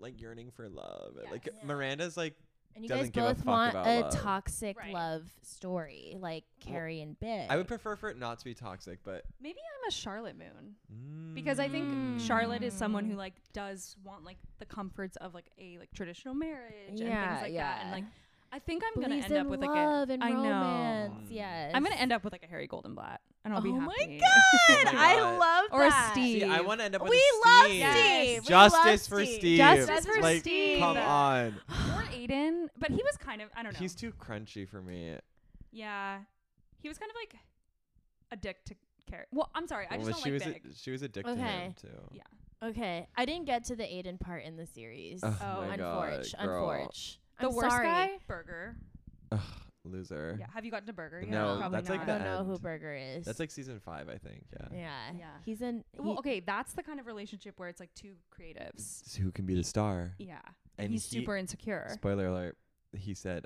Speaker 2: like yearning for love. Like
Speaker 3: Yes.
Speaker 2: Miranda's like
Speaker 1: and you guys
Speaker 2: doesn't give a
Speaker 1: both
Speaker 2: fuck
Speaker 1: want
Speaker 2: about
Speaker 1: a
Speaker 2: love.
Speaker 1: toxic
Speaker 3: Right.
Speaker 1: love story, like
Speaker 2: Well,
Speaker 1: Carrie and Big.
Speaker 2: I would prefer for it not to be toxic, but
Speaker 3: Maybe I'm a Charlotte Moon because I think
Speaker 2: Mm.
Speaker 3: Charlotte is someone who
Speaker 1: Mm.
Speaker 3: like does want like the comforts of like a like traditional marriage and
Speaker 1: Yeah,
Speaker 3: things like that.
Speaker 1: yeah.
Speaker 3: And like I think I'm
Speaker 1: Believes
Speaker 3: gonna end up
Speaker 1: in
Speaker 3: with like a
Speaker 1: love and
Speaker 3: I know.
Speaker 1: romance.
Speaker 2: Mm.
Speaker 1: Yes,
Speaker 3: I'm gonna end up with like a Harry Goldenblatt, and I'll be
Speaker 1: Oh my
Speaker 3: happy.
Speaker 2: Oh my
Speaker 1: God, I
Speaker 2: God.
Speaker 1: love
Speaker 3: Or a
Speaker 1: that.
Speaker 3: Steve.
Speaker 2: Mm. See, I want to end up with
Speaker 1: We
Speaker 2: a
Speaker 1: love Steve.
Speaker 2: Steve.
Speaker 3: Yes.
Speaker 1: We love
Speaker 2: Justice for
Speaker 1: Steve.
Speaker 2: Steve.
Speaker 3: Justice for
Speaker 2: like,
Speaker 3: Steve.
Speaker 2: Come on.
Speaker 3: or Aiden, but he was kind of I don't know.
Speaker 2: He's too crunchy for me.
Speaker 3: yeah, he was kind of like a dick to Carrie. Well, I'm sorry, I just
Speaker 2: Well,
Speaker 3: don't
Speaker 2: she
Speaker 3: like
Speaker 2: was
Speaker 3: Big.
Speaker 2: a, she was a dick to
Speaker 1: Okay.
Speaker 2: him too.
Speaker 3: Yeah.
Speaker 1: Okay, I didn't get to the Aiden part in the series.
Speaker 2: Oh,
Speaker 3: Oh.
Speaker 2: my god,
Speaker 1: unfortunate,
Speaker 2: girl.
Speaker 1: unfortunate.
Speaker 3: the
Speaker 1: I'm
Speaker 3: worst
Speaker 1: sorry.
Speaker 3: guy, Burger.
Speaker 2: Ugh, loser.
Speaker 3: Yeah, have you gotten to Burger? yet?
Speaker 2: No,
Speaker 3: Probably
Speaker 2: Oh, that's like
Speaker 1: I
Speaker 3: not.
Speaker 2: the
Speaker 1: don't know who
Speaker 2: end.
Speaker 1: Burger is.
Speaker 2: That's like season five, I think. Yeah.
Speaker 1: yeah,
Speaker 3: Yeah.
Speaker 1: He's in. He,
Speaker 3: Well, okay, that's the kind of relationship where it's like two creatives.
Speaker 2: So Who can be the star?
Speaker 3: Yeah,
Speaker 2: And
Speaker 3: he's
Speaker 2: he-
Speaker 3: super insecure.
Speaker 2: Spoiler alert. He said,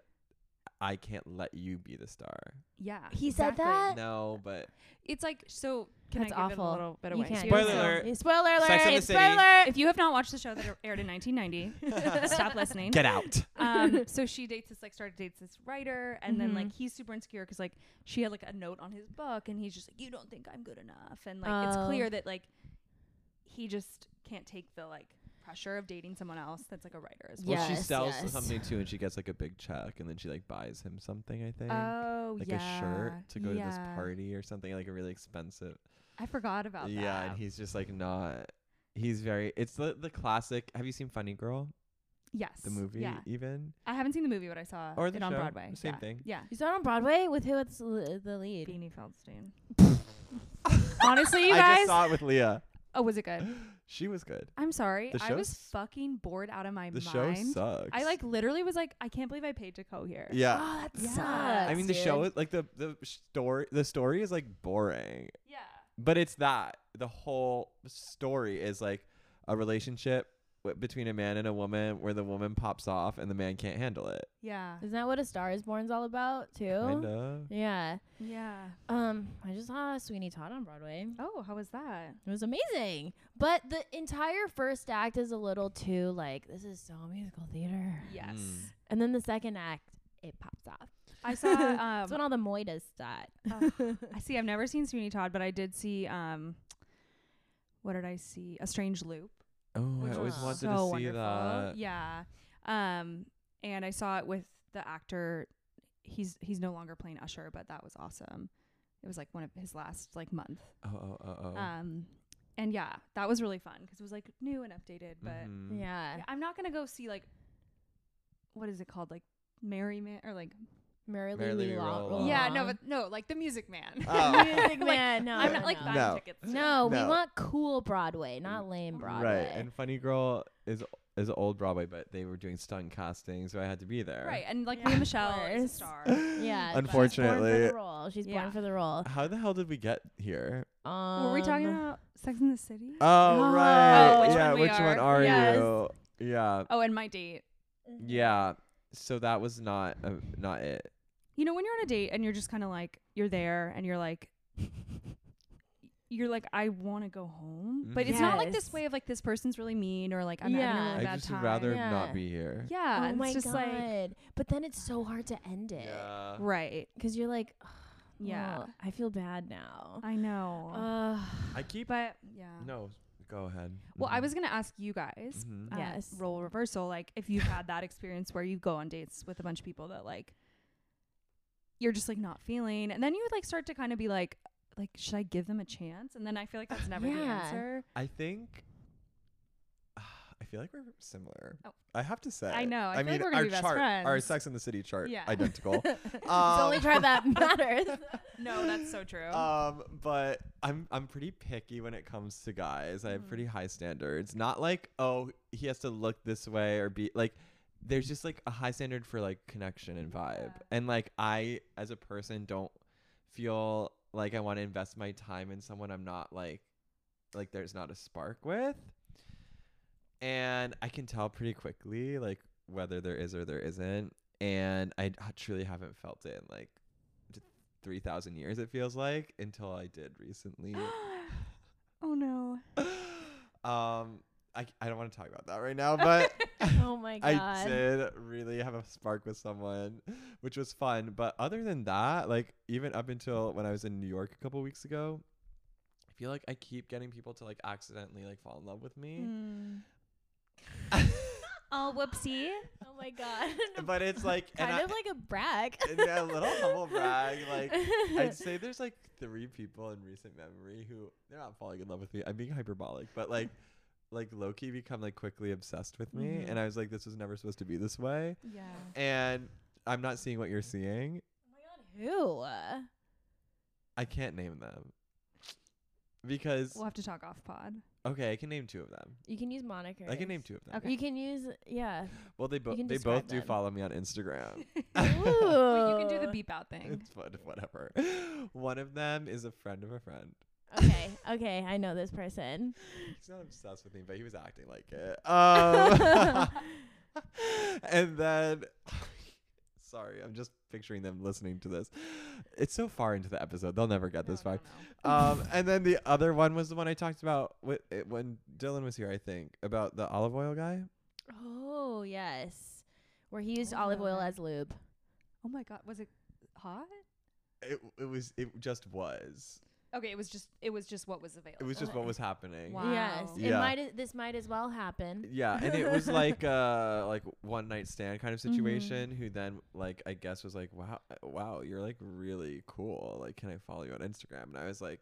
Speaker 2: "I can't let you be the star."
Speaker 3: yeah,
Speaker 1: He said
Speaker 3: exactly.
Speaker 1: that?
Speaker 2: No, but
Speaker 3: It's like so. Can
Speaker 1: That's
Speaker 3: I give it
Speaker 1: awful.
Speaker 3: a little bit
Speaker 1: you
Speaker 3: away?
Speaker 1: can't.
Speaker 3: So-
Speaker 2: Spoiler alert.
Speaker 1: Yeah, Spoiler alert.
Speaker 2: Sex and the City.
Speaker 1: spoiler alert.
Speaker 3: If you have not watched the show that aired in 1990, stop listening.
Speaker 2: get out.
Speaker 3: um, so she dates this like started dates this writer, and then
Speaker 1: Mm-hmm.
Speaker 3: like he's super insecure because like she had like a note on his book, and he's just like, "You don't think I'm good enough," and like it's
Speaker 1: Oh.
Speaker 3: clear that like he just can't take the like pressure of dating someone else that's like a writer as well.
Speaker 2: Well, she
Speaker 1: Yes,
Speaker 2: sells
Speaker 1: yes.
Speaker 2: something too, and she gets like a big check, and then she like buys him something. I think.
Speaker 3: Oh
Speaker 2: like
Speaker 3: yeah,
Speaker 2: a shirt to go to this
Speaker 3: yeah.
Speaker 2: party or something, like a really expensive.
Speaker 3: I forgot about that.
Speaker 2: Yeah, and he's just like not. He's very. It's the the classic. Have you seen Funny Girl,
Speaker 3: yes,
Speaker 2: the movie?
Speaker 3: Yeah,
Speaker 2: Even
Speaker 3: I haven't seen the movie, but I saw
Speaker 2: Or
Speaker 3: it
Speaker 2: the
Speaker 3: on
Speaker 2: show,
Speaker 3: Broadway.
Speaker 2: same
Speaker 3: yeah.
Speaker 2: thing.
Speaker 3: Yeah,
Speaker 1: He's not on Broadway with who? It's l- the lead.
Speaker 3: Beanie Feldstein. Honestly, you
Speaker 2: I
Speaker 3: guys.
Speaker 2: just saw it with Leah.
Speaker 3: oh, was it good?
Speaker 2: She was good.
Speaker 3: I'm sorry.
Speaker 2: The
Speaker 3: I
Speaker 2: show
Speaker 3: was
Speaker 2: s-
Speaker 3: fucking bored out of my
Speaker 2: The show
Speaker 3: mind.
Speaker 2: sucks.
Speaker 3: I like literally was like, I can't believe I paid to co here.
Speaker 2: Yeah.
Speaker 1: Oh, that
Speaker 3: Yeah.
Speaker 1: sucks.
Speaker 2: I mean, the show
Speaker 1: dude.
Speaker 2: is like the the story. The story is like boring,
Speaker 3: Yeah.
Speaker 2: but it's that the whole story is like a relationship w- between a man and a woman where the woman pops off and the man can't handle it.
Speaker 3: Yeah.
Speaker 1: Isn't that what A Star Is Born's all about too?
Speaker 2: Kinda.
Speaker 1: Yeah.
Speaker 3: Yeah.
Speaker 1: Um, I just saw Sweeney Todd on Broadway.
Speaker 3: Oh, how was that?
Speaker 1: It was amazing. But the entire first act is a little too like this is so musical theater.
Speaker 3: Yes.
Speaker 2: Mm.
Speaker 1: And then the second act, it pops off.
Speaker 3: I saw um
Speaker 1: That's when all the moitas start.
Speaker 3: I see I've never seen Sweeney Todd, but I did see um what did I see? A Strange Loop.
Speaker 2: Oh, I
Speaker 3: which
Speaker 2: always
Speaker 1: was
Speaker 2: wanted
Speaker 3: so
Speaker 2: to see
Speaker 3: wonderful.
Speaker 2: that.
Speaker 3: Yeah. Um and I saw it with the actor he's he's no longer playing Usher, but that was awesome. It was like one of his last like month.
Speaker 2: Oh, oh, oh, oh.
Speaker 3: Um and yeah, that was really fun 'cause it was like new and updated, but
Speaker 2: Mhm.
Speaker 1: Yeah.
Speaker 3: Yeah, I'm not gonna go see like what is it called like Mary Man or like
Speaker 1: Merrily
Speaker 2: Merrily
Speaker 1: We Roll.
Speaker 2: Roll
Speaker 3: yeah
Speaker 1: Along.
Speaker 3: no but no like the Music Man.
Speaker 2: Uh-huh. Oh.
Speaker 1: Music
Speaker 3: Like,
Speaker 1: Man. No,
Speaker 3: I'm
Speaker 1: no,
Speaker 3: not like
Speaker 1: no.
Speaker 3: buying
Speaker 2: No.
Speaker 3: tickets. to
Speaker 1: No, we
Speaker 2: No.
Speaker 1: want cool Broadway, not lame Broadway.
Speaker 2: Right. And Funny Girl is is old Broadway, but they were doing stunt casting, so I had to be
Speaker 3: that.
Speaker 2: there.
Speaker 3: right and like
Speaker 1: Yeah,
Speaker 3: Mia
Speaker 1: of
Speaker 3: Michelle is
Speaker 1: course.
Speaker 3: a star.
Speaker 1: yeah. She's born for
Speaker 2: Unfortunately.
Speaker 1: the role. She's
Speaker 3: Yeah.
Speaker 1: born for the role.
Speaker 2: How the hell did we get here?
Speaker 1: Um,
Speaker 3: Were we talking about Sex in the City?
Speaker 2: Oh,
Speaker 1: Oh,
Speaker 2: right.
Speaker 3: which
Speaker 2: yeah,
Speaker 3: one we
Speaker 2: which
Speaker 3: are.
Speaker 2: one are
Speaker 3: Yes.
Speaker 2: you? Yeah.
Speaker 3: oh, and my date.
Speaker 2: Yeah. So that was not uh, not it.
Speaker 3: You know when you're on a date and you're just kind of like you're there and you're like. You're like I want to go home,
Speaker 2: Mm-hmm.
Speaker 3: but it's not like
Speaker 1: Yes.
Speaker 3: this way of like this person's really mean or like I'm having a
Speaker 1: Yeah.
Speaker 3: really
Speaker 2: I
Speaker 3: bad
Speaker 2: just
Speaker 3: time.
Speaker 2: would rather
Speaker 1: Yeah.
Speaker 2: not be here.
Speaker 3: yeah,
Speaker 1: Oh
Speaker 3: and
Speaker 1: my
Speaker 3: it's just
Speaker 1: god!
Speaker 3: like
Speaker 1: but then it's so hard to end it
Speaker 3: right,
Speaker 1: because you're like,
Speaker 3: yeah.
Speaker 1: "Oh, I feel bad now.
Speaker 3: I know.
Speaker 1: Oh. Uh,
Speaker 2: I keep
Speaker 3: but yeah.
Speaker 2: No, go ahead. Mm-hmm.
Speaker 3: Well, I was gonna ask you guys
Speaker 2: Mhm.
Speaker 3: uh,
Speaker 1: Yes.
Speaker 3: role reversal, like if you've had that experience where you go on dates with a bunch of people that like you're just like not feeling, and then you would like start to kind of be like, like should I give them a chance? And then I feel like that's never the
Speaker 1: Yeah.
Speaker 3: answer.
Speaker 2: I think I feel like we're similar.
Speaker 3: Oh.
Speaker 2: I have to say.
Speaker 3: I know, I feel like
Speaker 2: mean,
Speaker 3: we're gonna
Speaker 2: our
Speaker 3: be best
Speaker 2: chart, our
Speaker 3: friends.
Speaker 2: Sex in the City chart,
Speaker 3: Yeah.
Speaker 2: identical.
Speaker 1: it's the only
Speaker 2: Um,
Speaker 1: chart that matters.
Speaker 3: No, that's so true.
Speaker 2: Um, but I'm I'm pretty picky when it comes to guys. I have pretty high standards. Not like oh he has to look this way or be like. There's just like a high standard for like connection and vibe,
Speaker 3: Yeah.
Speaker 2: and like I as a person don't feel like I want to invest my time in someone I'm not like like there's not a spark with. And I can tell pretty quickly like whether there is or there isn't. And I d- truly haven't felt it in like t- 3,000 years it feels like until I did recently.
Speaker 3: oh no.
Speaker 2: um I, I don't want to talk about that right now, but
Speaker 1: oh my god.
Speaker 2: I did really have a spark with someone, which was fun. But other than that, like even up until when I was in New York a couple weeks ago, I feel like I keep getting people to like accidentally like fall in love with me.
Speaker 3: Hmm.
Speaker 1: Oh whoopsie. Oh my god.
Speaker 2: But it's like and
Speaker 1: kind
Speaker 2: I,
Speaker 1: of like a brag.
Speaker 2: and a little humble brag, like, I'd say there's like three people in recent memory who they're not falling in love with me. I'm being hyperbolic, but like like Loki become like quickly obsessed with me
Speaker 1: Mm-hmm.
Speaker 3: Mhm.
Speaker 2: and I was like this was never supposed to be this way.
Speaker 3: Yeah.
Speaker 2: And I'm not seeing what you're seeing.
Speaker 1: Oh who?
Speaker 2: I can't name them because
Speaker 3: We'll have to talk off pod.
Speaker 2: okay, I can name two of them.
Speaker 1: You can use monikers.
Speaker 2: I can name two of them.
Speaker 3: Okay.
Speaker 1: You can use yeah.
Speaker 2: Well, they both
Speaker 1: can
Speaker 2: they
Speaker 1: describe
Speaker 2: both do
Speaker 1: them.
Speaker 2: follow me on Instagram.
Speaker 3: Wait, you can do
Speaker 1: Ooh.
Speaker 3: the beep out thing.
Speaker 2: Uh, it's fun, whatever. One of them is a friend of a friend.
Speaker 1: Okay, okay, I know this person.
Speaker 2: He's not obsessed with me, but he was acting like it. Um, and then, sorry, I'm just picturing them listening to this. It's so far into the episode, they'll never get this
Speaker 3: No,
Speaker 2: far.
Speaker 3: no,
Speaker 2: um, and then the other one was the one I talked about wi- it- when Dylan was here, I think, about the olive oil guy.
Speaker 1: Oh yes, where he used
Speaker 3: Oh,
Speaker 1: olive oil
Speaker 3: okay.
Speaker 1: as lube.
Speaker 3: no. Oh my god, was it hot?
Speaker 2: It it was it just was.
Speaker 3: Okay, it was just it was just what was available.
Speaker 2: It was just what was happening.
Speaker 3: Wow.
Speaker 1: Yes, it
Speaker 2: Yeah.
Speaker 1: might. a- This might as well happen.
Speaker 2: Yeah, and it was like uh like one night stand kind of
Speaker 1: Mm-hmm.
Speaker 2: situation. Who then like I guess was like, wow, uh, wow, you're like really cool. Like, can I follow you on Instagram? And I was like,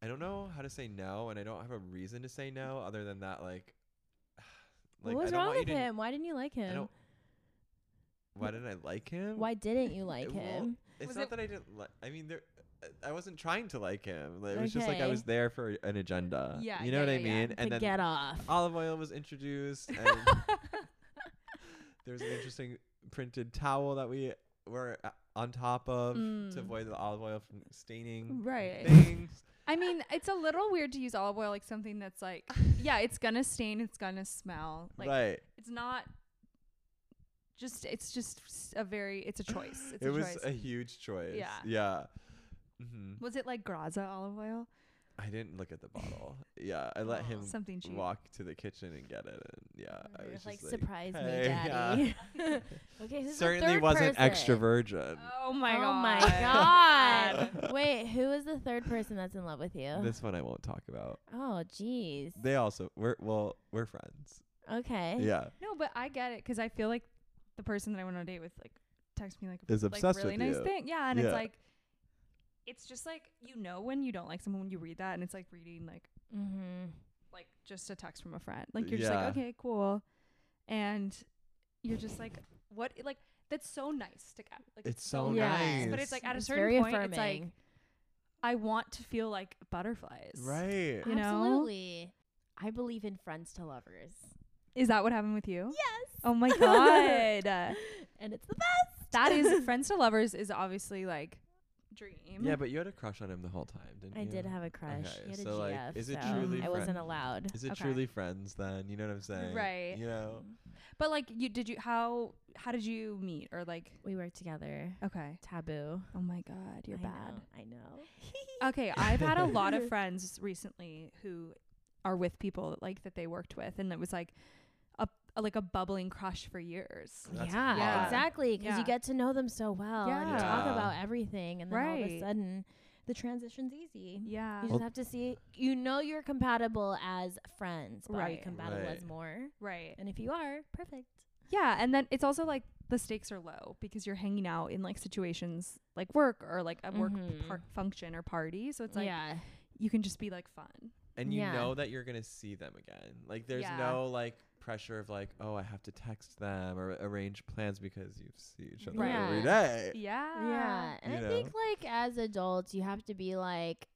Speaker 2: I don't know how to say no, and I don't have a reason to say no other than that like.
Speaker 1: what was
Speaker 2: I don't
Speaker 1: wrong
Speaker 2: want you
Speaker 1: with
Speaker 2: to-
Speaker 1: him? Why didn't you like
Speaker 2: I
Speaker 1: him?
Speaker 2: don't. Why didn't I like him?
Speaker 1: Why didn't you like
Speaker 2: It won't-
Speaker 1: him?
Speaker 2: It's
Speaker 3: Was
Speaker 2: not
Speaker 3: it-
Speaker 2: that I didn't like. I mean, there. uh, I wasn't trying to like him. Like, It was just like I
Speaker 1: Okay.
Speaker 2: was there for an agenda.
Speaker 3: Yeah,
Speaker 2: you know
Speaker 3: yeah,
Speaker 2: what I
Speaker 3: yeah, yeah.
Speaker 2: mean. And
Speaker 1: to
Speaker 2: then
Speaker 1: get off.
Speaker 2: olive oil was introduced, and there was an interesting printed towel that we were a- on top of
Speaker 3: Mm.
Speaker 2: to avoid the olive oil from staining
Speaker 3: Right.
Speaker 2: things.
Speaker 3: I mean, it's a little weird to use olive oil like something that's like yeah, it's gonna stain, it's gonna smell. Like
Speaker 2: right.
Speaker 3: it's not just it's just s- a very it's a choice. It's
Speaker 2: It
Speaker 3: a
Speaker 2: was
Speaker 3: choice.
Speaker 2: a huge choice.
Speaker 3: Yeah.
Speaker 2: Yeah. hmm
Speaker 3: was it like Graza olive oil?
Speaker 2: I didn't look at the bottle. Yeah, I let
Speaker 1: Oh.
Speaker 2: him
Speaker 3: Something cheap.
Speaker 2: walk to the kitchen and get it, and yeah, I
Speaker 1: You're
Speaker 2: was just
Speaker 1: like,
Speaker 2: like,
Speaker 1: surprise me,
Speaker 2: "Hey, yeah."
Speaker 1: daddy. okay, who's the
Speaker 2: certainly
Speaker 1: third
Speaker 2: wasn't
Speaker 1: person?
Speaker 2: extra virgin.
Speaker 3: Oh my god.
Speaker 1: Oh my god! Wait, who is the third person that's in love with you?
Speaker 2: This one I won't talk about.
Speaker 1: oh, jeez.
Speaker 2: They also we're well we're friends.
Speaker 1: Okay.
Speaker 2: Yeah,
Speaker 3: No, but I get it because I feel like the person that I went on a date with like texted me like
Speaker 2: is
Speaker 3: like
Speaker 2: obsessed
Speaker 3: really
Speaker 2: with
Speaker 3: nice
Speaker 2: you.
Speaker 3: thing. Yeah, and
Speaker 2: Yeah.
Speaker 3: it's like it's just like you know when you don't like someone when you read that and it's like reading like
Speaker 1: Mm-hmm.
Speaker 3: like just a text from a friend. Like you're just
Speaker 2: Yeah.
Speaker 3: like, okay, cool. And you're just like, what like that's so nice to get. Like
Speaker 2: It's so
Speaker 1: nice.
Speaker 3: But it's like at a
Speaker 1: It's
Speaker 3: certain
Speaker 1: very
Speaker 3: point it's like
Speaker 1: affirming.
Speaker 3: I want to feel like butterflies.
Speaker 2: Right.
Speaker 3: You know?
Speaker 1: Absolutely. I believe in friends to lovers.
Speaker 3: Is that what happened with you?
Speaker 1: Yes.
Speaker 3: Oh my god.
Speaker 1: and it's the best.
Speaker 3: that is friends to lovers is obviously like dream.
Speaker 2: Yeah, but you had a crush on him the whole time, didn't
Speaker 1: I
Speaker 2: you?
Speaker 1: did have a crush.
Speaker 2: Okay,
Speaker 1: he had a
Speaker 2: so,
Speaker 1: GF,
Speaker 2: like, is it
Speaker 1: so
Speaker 3: truly
Speaker 1: I
Speaker 3: friend-
Speaker 1: wasn't allowed.
Speaker 2: Is it
Speaker 3: Okay.
Speaker 2: truly friends then? You know what I'm saying?
Speaker 3: Right.
Speaker 2: You know.
Speaker 3: But like you did you how how did you meet or like
Speaker 1: We worked together.
Speaker 3: okay.
Speaker 1: Taboo.
Speaker 3: Oh my god, you're
Speaker 1: I
Speaker 3: bad.
Speaker 1: know, I know.
Speaker 3: Okay, I've had a lot of friends recently who are with people that, like that they worked with and it was like a, a like a bubbling crush for years.
Speaker 2: That's
Speaker 1: yeah,
Speaker 3: hot.
Speaker 1: exactly. Because
Speaker 3: Yeah.
Speaker 1: you get to know them so well, and you talk
Speaker 2: Yeah.
Speaker 1: about everything, and then all of a
Speaker 3: Right.
Speaker 1: sudden, the transition's easy.
Speaker 3: Yeah.
Speaker 1: You just have to see. You know you're compatible as friends, but are you
Speaker 3: Right.
Speaker 1: compatible
Speaker 2: Right.
Speaker 1: as more?
Speaker 3: Right.
Speaker 1: And if you are, perfect.
Speaker 3: Yeah, and then it's also like the stakes are low because you're hanging out in like situations like work or like a work
Speaker 1: Mhm.
Speaker 3: par- function or party, so it's like
Speaker 1: yeah.
Speaker 3: you can just be like fun.
Speaker 2: And you
Speaker 1: Yeah.
Speaker 2: know that you're gonna see them again. Like there's
Speaker 3: Yeah.
Speaker 2: no like pressure of like, oh, I have to text them or arrange plans because you see each other
Speaker 1: Right.
Speaker 2: every
Speaker 3: Yeah.
Speaker 2: day.
Speaker 3: Yeah.
Speaker 1: Yeah. "Ah." And
Speaker 2: You
Speaker 1: I think like as adults, you have to be like,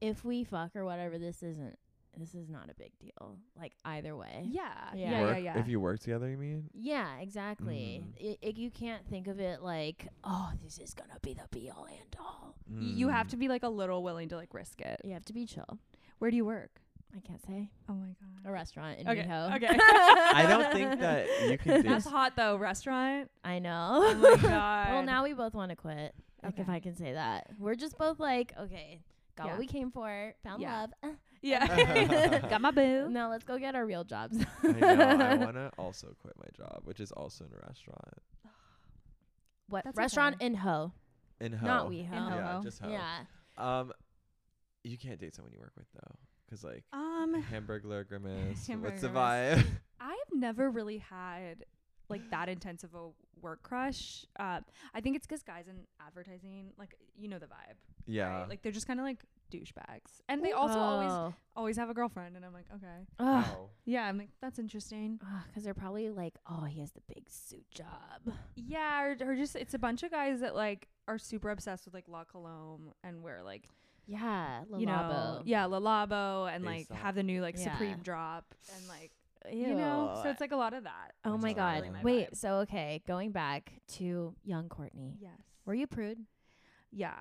Speaker 1: if we fuck or whatever, this isn't this is not a big deal. Like either way.
Speaker 3: Yeah.
Speaker 1: Yeah.
Speaker 3: Yeah. Yeah.
Speaker 2: work,
Speaker 3: yeah.
Speaker 2: If you work together, you mean?
Speaker 1: Yeah, exactly.
Speaker 3: Mm.
Speaker 1: I I- you can't think of it like, oh, this is gonna be the be all and all.
Speaker 3: Y-
Speaker 2: Mm.
Speaker 3: you have to be like a little willing to like risk it.
Speaker 1: You have to be chill.
Speaker 3: Where do you work?
Speaker 1: I can't say
Speaker 3: Oh my god.
Speaker 1: a restaurant in
Speaker 3: Okay,
Speaker 1: Idaho.
Speaker 3: okay.
Speaker 2: I don't think that you can do.
Speaker 3: That's hot though. Restaurant.
Speaker 1: I
Speaker 3: Oh
Speaker 1: know.
Speaker 3: my god.
Speaker 1: well, now we both want to quit. Like if
Speaker 3: Okay.
Speaker 1: I can say that, we're just both like, okay, got
Speaker 3: Yeah.
Speaker 1: what we came for, found
Speaker 3: Yeah.
Speaker 1: love. Uh,
Speaker 3: yeah. Got my boo.
Speaker 1: No, let's go get our real jobs.
Speaker 2: I know. I want to also quit my job, which is also in a restaurant.
Speaker 1: what
Speaker 3: That's
Speaker 1: restaurant in Ho?
Speaker 2: In ho.
Speaker 1: Not we ho.
Speaker 3: In
Speaker 2: Yeah,
Speaker 3: Ho.
Speaker 2: just ho.
Speaker 1: Yeah.
Speaker 2: Um, you can't date someone you work with though, because like
Speaker 3: Um,
Speaker 2: Hamburglar grimace. What's the
Speaker 3: Hamburglar
Speaker 2: vibe?
Speaker 3: I've never really had like that intense of a work crush. Uh, I think it's 'cause guys in advertising, like you know the vibe,
Speaker 2: yeah.
Speaker 3: right? Like they're just kind of like douchebags, and they also always
Speaker 1: Oh.
Speaker 3: always have a girlfriend, and I'm like, okay,
Speaker 1: Ugh.
Speaker 2: Wow.
Speaker 3: yeah, I'm like that's interesting.
Speaker 1: Because they're probably like, oh, he has the big suit job.
Speaker 3: Yeah, or, or just it's a bunch of guys that like are super obsessed with like La Colombe and wear like
Speaker 1: Yeah, Lalabo.
Speaker 3: you know yeah La Labo and like
Speaker 2: Aesop.
Speaker 3: have the new like
Speaker 1: Yeah.
Speaker 3: Supreme drop and like you know so it's like a lot of that.
Speaker 1: oh
Speaker 2: Which
Speaker 1: my
Speaker 2: is not
Speaker 1: god.
Speaker 2: really my
Speaker 1: Wait,
Speaker 3: vibe.
Speaker 1: so okay, going back to young Courtney.
Speaker 3: Yes.
Speaker 1: Were you prude?
Speaker 3: Yeah.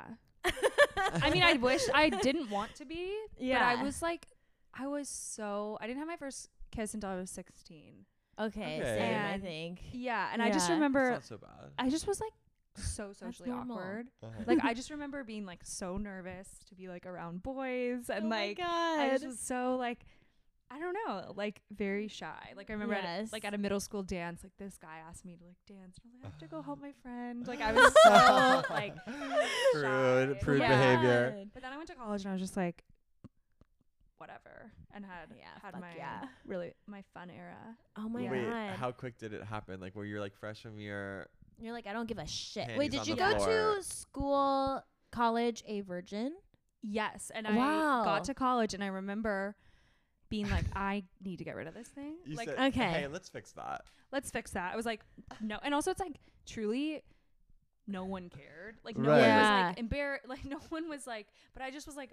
Speaker 3: I mean, I wish I didn't want to be. But
Speaker 1: Yeah.
Speaker 3: I was like, I was so, I didn't have my first kiss until I was 16.
Speaker 1: Okay,
Speaker 2: Okay.
Speaker 1: same. I
Speaker 3: And-
Speaker 1: think.
Speaker 3: Yeah. And I just
Speaker 1: Yeah.
Speaker 3: remember,
Speaker 2: It's not so bad.
Speaker 3: I just was like so socially
Speaker 1: normal.
Speaker 3: awkward.
Speaker 2: Uh-huh.
Speaker 3: Like, I just remember being like so nervous to be like around boys. And
Speaker 1: oh
Speaker 3: like,
Speaker 1: my
Speaker 3: I
Speaker 1: god.
Speaker 3: just was so like, I don't know, like very shy. Like I remember, at a-
Speaker 1: Yes.
Speaker 3: like at a middle school dance, like this guy asked me to like dance, and I was like, I have to go help my friend. Like I was so like
Speaker 2: Prude,
Speaker 3: shy.
Speaker 2: prude
Speaker 3: Yeah.
Speaker 2: behavior.
Speaker 3: But then I went to college and I was just like, whatever, and had
Speaker 1: Yeah,
Speaker 3: had
Speaker 1: fuck
Speaker 3: my
Speaker 1: yeah.
Speaker 3: really my fun era.
Speaker 1: Oh my
Speaker 2: Wait,
Speaker 1: god.
Speaker 2: how quick did it happen? Like, were you like fresh from your?
Speaker 1: You're like, I don't give a shit.
Speaker 2: Panties
Speaker 1: Wait, did
Speaker 2: on
Speaker 1: you
Speaker 2: the
Speaker 1: go
Speaker 2: floor.
Speaker 1: to school, college, a virgin?
Speaker 3: Yes, and I
Speaker 1: Wow.
Speaker 3: got to college and I remember being like, I need to get rid of this thing.
Speaker 2: You
Speaker 3: like,
Speaker 2: said,
Speaker 1: okay.
Speaker 2: Hey, let's fix that.
Speaker 3: let's fix that. I was like, no, and also it's like truly. No one cared. Like no
Speaker 2: Right.
Speaker 3: one was
Speaker 1: Yeah.
Speaker 3: like embarrassed. Like no one was like. But I just was like,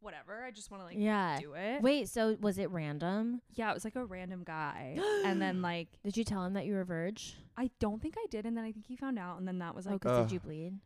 Speaker 3: whatever. I just want to like
Speaker 1: yeah.
Speaker 3: do it.
Speaker 1: Wait, so was it random?
Speaker 3: Yeah, it was like a random guy, and then like
Speaker 1: Did you tell him that you were Verge?
Speaker 3: I don't think I did, and then I think he found out, and then that was
Speaker 1: Oh,
Speaker 3: like,
Speaker 1: 'cause
Speaker 2: Ugh.
Speaker 1: did you bleed?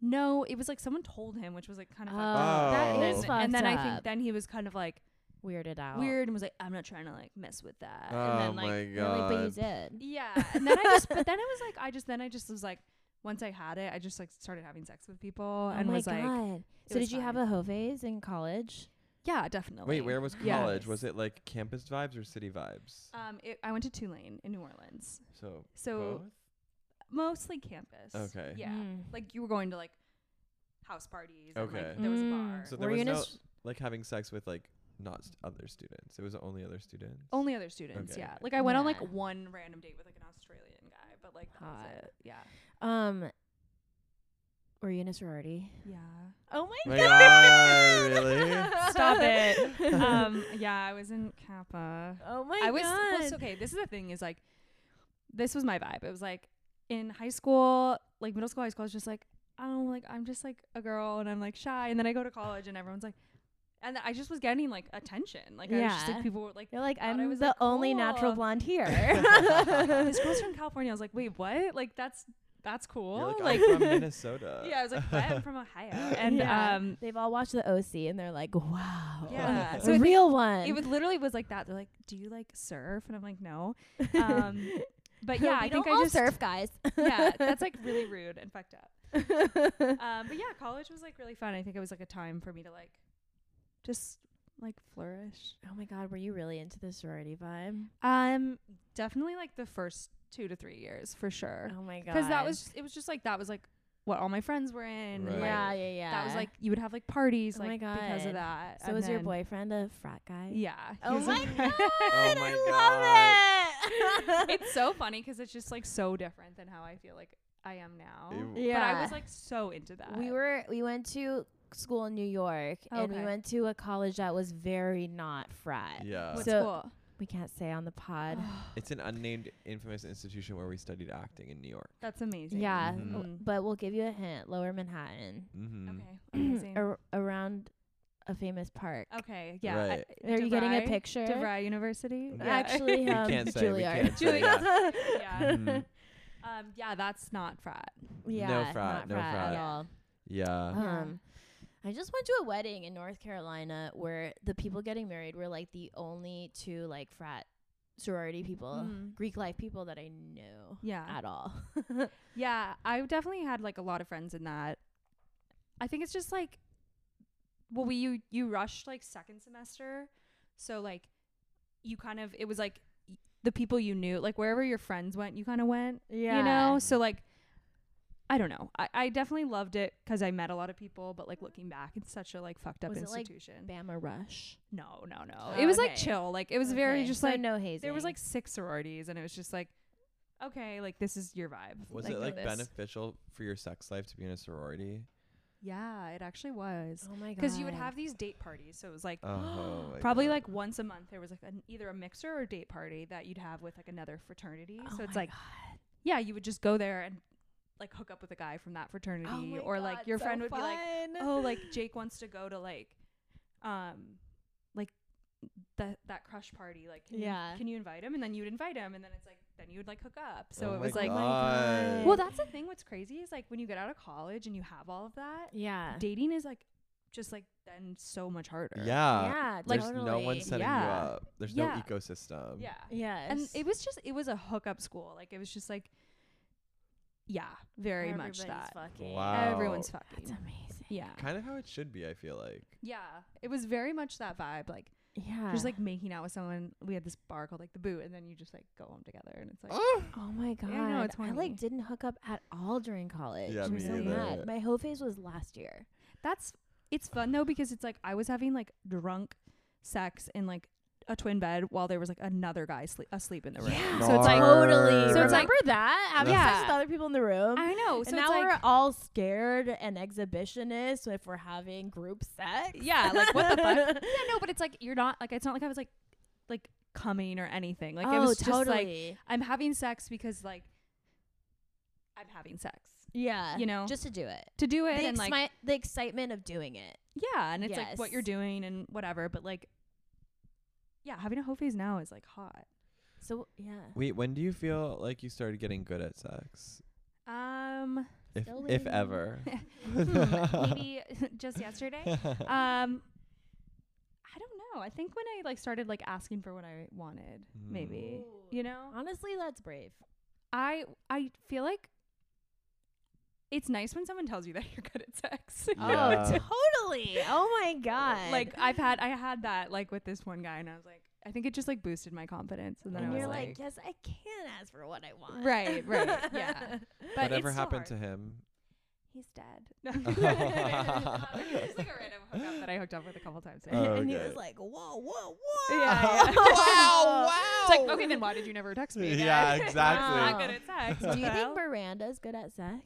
Speaker 3: no, it was like someone told him, which was like kind of fucked up.
Speaker 1: that
Speaker 2: Oh.
Speaker 1: is
Speaker 3: and,
Speaker 1: fucked
Speaker 3: and then
Speaker 1: up.
Speaker 3: I think then he was kind of like
Speaker 1: weirded out.
Speaker 3: weird and was like, I'm not trying to like mess with that.
Speaker 2: oh
Speaker 3: and then like
Speaker 2: my
Speaker 1: You're like,
Speaker 2: god.
Speaker 1: but you did.
Speaker 3: yeah, and then I just but then it was like I just then I just was like once I had it, I just like started having sex with people and
Speaker 1: oh my
Speaker 3: was
Speaker 1: god.
Speaker 3: like,
Speaker 1: so
Speaker 3: was
Speaker 1: did you have
Speaker 3: fine.
Speaker 1: a hoe phase in college?
Speaker 3: yeah, definitely.
Speaker 2: Wait, where was
Speaker 3: Yeah.
Speaker 2: college? Was it like campus vibes or city vibes?
Speaker 3: Um, it, I went to Tulane in New Orleans,
Speaker 2: So.
Speaker 3: so mostly campus.
Speaker 2: Okay.
Speaker 3: Yeah,
Speaker 1: Mm.
Speaker 3: like you were going to like house parties. and, like,
Speaker 2: Okay.
Speaker 3: there was a
Speaker 1: Mm.
Speaker 3: bar.
Speaker 2: So
Speaker 1: Were
Speaker 2: there
Speaker 1: you
Speaker 2: was
Speaker 1: in a
Speaker 2: no
Speaker 1: s-
Speaker 2: like having sex with like not st- other students. It was only other students.
Speaker 3: Only other students,
Speaker 2: Okay.
Speaker 3: yeah. Like I went on like
Speaker 1: Yeah.
Speaker 3: one random date with like an Australian guy, but like that was
Speaker 1: Hot.
Speaker 3: it. Yeah.
Speaker 1: Um were you in a sorority?
Speaker 3: Yeah.
Speaker 1: Oh
Speaker 2: My God, really?
Speaker 3: Stop it. um yeah, I was in Kappa.
Speaker 1: Oh my
Speaker 3: I was
Speaker 1: god.
Speaker 3: well, so- okay, this is the thing is like this was my vibe. It was like in high school, like middle school, high school, I was just like, oh like I'm just like a girl and I'm like shy and then I go to college and everyone's like and I just was getting like attention. Like I was just
Speaker 1: Yeah.
Speaker 3: like people were like
Speaker 1: You're like,
Speaker 3: thought I
Speaker 1: I'm
Speaker 3: was,
Speaker 1: the
Speaker 3: like,
Speaker 1: only natural
Speaker 3: cool."
Speaker 1: blonde here.
Speaker 3: this girl's from California. I was like, wait, what? Like that's that's cool.
Speaker 2: You're like,
Speaker 3: like
Speaker 2: I'm from Minnesota.
Speaker 3: yeah, I was like, what? I'm from Ohio. And
Speaker 1: Yeah.
Speaker 3: um,
Speaker 1: They've all watched the OC and they're like, wow.
Speaker 3: Yeah.
Speaker 1: A
Speaker 3: So I think
Speaker 1: real one.
Speaker 3: it was literally was like that. They're like, do you like surf? And I'm like, no. Um, but yeah,
Speaker 1: We
Speaker 3: I think
Speaker 1: don't all
Speaker 3: I just
Speaker 1: surf guys.
Speaker 3: yeah, that's like really rude and fucked up. Um, but yeah, college was like really fun. I think it was like a time for me to like just like flourish.
Speaker 1: oh my god, were you really into the sorority vibe?
Speaker 3: Um, definitely like the first two to three years for sure,
Speaker 1: Oh my god.
Speaker 3: because that was it was just like that was like what all my friends were in.
Speaker 2: Right.
Speaker 3: like,
Speaker 1: Yeah, yeah, yeah.
Speaker 3: That was like you would have like parties
Speaker 1: Oh
Speaker 3: like
Speaker 1: my
Speaker 3: because
Speaker 1: God.
Speaker 3: of that.
Speaker 1: So
Speaker 3: And
Speaker 1: was your
Speaker 3: then-
Speaker 1: boyfriend a frat guy?
Speaker 3: Yeah.
Speaker 1: Oh
Speaker 3: he's a-
Speaker 1: my god.
Speaker 2: Oh my
Speaker 1: I love it.
Speaker 3: it's so funny because it's just like so different than how I feel like I am now.
Speaker 2: Ew.
Speaker 1: yeah.
Speaker 3: But I was like so into that.
Speaker 1: we were we went to school in New York and we
Speaker 3: Okay.
Speaker 1: went to a college that was very not frat.
Speaker 2: Yeah.
Speaker 3: What's
Speaker 1: So-
Speaker 3: cool?
Speaker 1: We can't say on the pod.
Speaker 3: Oh,
Speaker 2: It's an unnamed infamous institution where we studied acting in New York.
Speaker 3: That's amazing.
Speaker 1: yeah,
Speaker 2: Mhm.
Speaker 3: Oh, Mm.
Speaker 1: w- but we'll give you a hint. Lower Manhattan.
Speaker 2: Mm-hmm.
Speaker 3: Okay. Amazing.
Speaker 1: Ar- around a famous park.
Speaker 3: Okay, yeah.
Speaker 2: Right.
Speaker 1: Are you getting a
Speaker 3: DeVry?
Speaker 1: picture?
Speaker 3: DeVry University.
Speaker 2: Yeah.
Speaker 1: Actually,
Speaker 2: We
Speaker 1: um,
Speaker 2: can't say, we
Speaker 1: Juilliard.
Speaker 2: can't say, yeah.
Speaker 3: yeah.
Speaker 2: Mhm.
Speaker 3: Um, yeah, that's not frat.
Speaker 1: yeah,
Speaker 2: frat,
Speaker 1: not
Speaker 2: no
Speaker 1: frat at
Speaker 2: frat.
Speaker 1: all.
Speaker 2: Yeah.
Speaker 3: Yeah.
Speaker 1: Um, I just went to a wedding in North Carolina where the people getting married were like the only two like frat sorority people,
Speaker 3: Mhm.
Speaker 1: Greek life people that I knew
Speaker 3: Yeah.
Speaker 1: at all.
Speaker 3: Yeah, I definitely had like a lot of friends in that. I think it's just like, well, we you you rushed like second semester, so like, you kind of it was like y- the people you knew, like wherever your friends went, you kind of went. You know, so like, I don't know. I, I definitely loved it because I met a lot of people, but like looking back, it's such a like fucked up
Speaker 1: Was it, like,
Speaker 3: institution.
Speaker 1: Bama Rush.
Speaker 3: no, no, no.
Speaker 1: Oh,
Speaker 3: it was like
Speaker 1: okay.
Speaker 3: chill. Like it was very
Speaker 1: Okay,
Speaker 3: just
Speaker 1: so
Speaker 3: like
Speaker 1: no hazing.
Speaker 3: there was like six sororities, and it was just like, okay, like this is your vibe.
Speaker 2: Was
Speaker 1: Like
Speaker 2: it
Speaker 1: the
Speaker 2: like
Speaker 1: this.
Speaker 2: beneficial for your sex life to be in a sorority?
Speaker 3: Yeah, it actually was.
Speaker 1: oh my god,
Speaker 3: Because you would have these date parties. So it was like
Speaker 2: Oh, my
Speaker 3: probably
Speaker 2: God.
Speaker 3: like once a month, there was like an, either a mixer or a date party that you'd have with like another fraternity.
Speaker 1: Oh
Speaker 3: so it's
Speaker 1: my
Speaker 3: like, yeah, you would just go there and like hook up with a guy from that
Speaker 1: God.
Speaker 3: fraternity.
Speaker 1: Oh my
Speaker 3: or like
Speaker 1: God,
Speaker 3: your
Speaker 1: so
Speaker 3: friend would be like,
Speaker 1: fun.
Speaker 3: oh, like Jake wants to go to like, um, like that that crush party. Like, can
Speaker 1: Yeah.
Speaker 3: You, can you invite him? And then you'd invite him. And then it's like, then you would like hook up. So
Speaker 2: Oh
Speaker 3: it
Speaker 2: my
Speaker 3: was like,
Speaker 1: God.
Speaker 2: God.
Speaker 3: well, that's the thing. What's crazy is like when you get out of college and you have all of that,
Speaker 1: yeah,
Speaker 3: dating is like just like then so much harder.
Speaker 2: yeah.
Speaker 1: yeah,
Speaker 2: Uh, There's
Speaker 1: totally.
Speaker 2: no one setting you
Speaker 3: Yeah.
Speaker 2: up. There's
Speaker 3: Yeah.
Speaker 2: no ecosystem.
Speaker 3: Yeah.
Speaker 1: Yes,
Speaker 3: And it was just it was a hookup school. Like it was just like yeah, very much that.
Speaker 1: Fucking.
Speaker 2: Wow.
Speaker 3: Everyone's
Speaker 1: That's
Speaker 3: fucking.
Speaker 1: amazing.
Speaker 3: Yeah.
Speaker 2: Kind of how it should be, I feel like.
Speaker 3: Yeah. It was very much that vibe like
Speaker 1: Yeah,
Speaker 3: just like making out with someone. We had this bar called like The Boot and then you just like go home together and it's like
Speaker 2: Oh,
Speaker 1: Oh my god!
Speaker 3: Yeah, I know, it's
Speaker 1: I
Speaker 3: horny.
Speaker 1: like didn't hook up at all during college.
Speaker 2: Yeah,
Speaker 1: I'm
Speaker 3: me
Speaker 1: so
Speaker 3: either.
Speaker 1: mad. My whole phase was last year.
Speaker 3: that's it's fun though because it's like I was having like drunk sex in like a twin bed while there was like another guy sleep asleep in the room.
Speaker 1: Yeah.
Speaker 3: So it's like
Speaker 1: totally.
Speaker 3: So it's like-
Speaker 1: remember that? Having
Speaker 3: Yeah.
Speaker 1: sex with other people in the room.
Speaker 3: I know.
Speaker 1: and
Speaker 3: So it's
Speaker 1: now
Speaker 3: like,
Speaker 1: we're all scared and exhibitionists if we're having group sex.
Speaker 3: Yeah, like what the fuck? Yeah, no, but it's like you're not like it's not like I was like like coming or anything. Like
Speaker 1: oh,
Speaker 3: it was just
Speaker 1: totally.
Speaker 3: like I'm having sex because like I'm having sex
Speaker 1: yeah,
Speaker 3: you know,
Speaker 1: just to do it.
Speaker 3: to do
Speaker 1: The,
Speaker 3: it and
Speaker 1: exci-
Speaker 3: like
Speaker 1: the excitement of doing it.
Speaker 3: yeah, and it's like what
Speaker 1: Yes.
Speaker 3: you're doing and whatever. But like yeah, having a whole phase now is like hot.
Speaker 1: So yeah,
Speaker 2: Wait, when do you feel like you started getting good at sex?
Speaker 3: Um,
Speaker 2: If,
Speaker 1: Still
Speaker 2: if
Speaker 1: waiting.
Speaker 2: ever.
Speaker 3: hmm, maybe just yesterday. Um, I don't know. I think when I like started like asking for what I wanted, maybe
Speaker 1: Hmm.
Speaker 3: you know.
Speaker 1: honestly, that's brave.
Speaker 3: I I feel like it's nice when someone tells you that you're good at sex.
Speaker 2: Yeah.
Speaker 1: Oh, totally. Oh my god.
Speaker 3: like I've had I had that like with this one guy and I was like I think it just like boosted my confidence and then
Speaker 1: and
Speaker 3: I was
Speaker 1: you're
Speaker 3: like,
Speaker 1: like, yes, I can ask for what I want.
Speaker 3: Right, right. Yeah. But
Speaker 2: Whatever
Speaker 3: it's still
Speaker 2: happened
Speaker 3: hard.
Speaker 2: to him?
Speaker 3: He's dead. No. It's like a random hookup that I hooked up with a couple times.
Speaker 2: Oh,
Speaker 1: and he
Speaker 2: okay.
Speaker 1: was like, whoa, whoa, whoa.
Speaker 3: Yeah, yeah.
Speaker 2: wow, wow.
Speaker 3: It's like, okay, then why did you never text me? again?
Speaker 2: Yeah,
Speaker 3: I'm not
Speaker 1: exactly.
Speaker 3: good at sex.
Speaker 1: Do you
Speaker 3: what the
Speaker 1: think
Speaker 3: hell?
Speaker 1: Miranda's good at sex?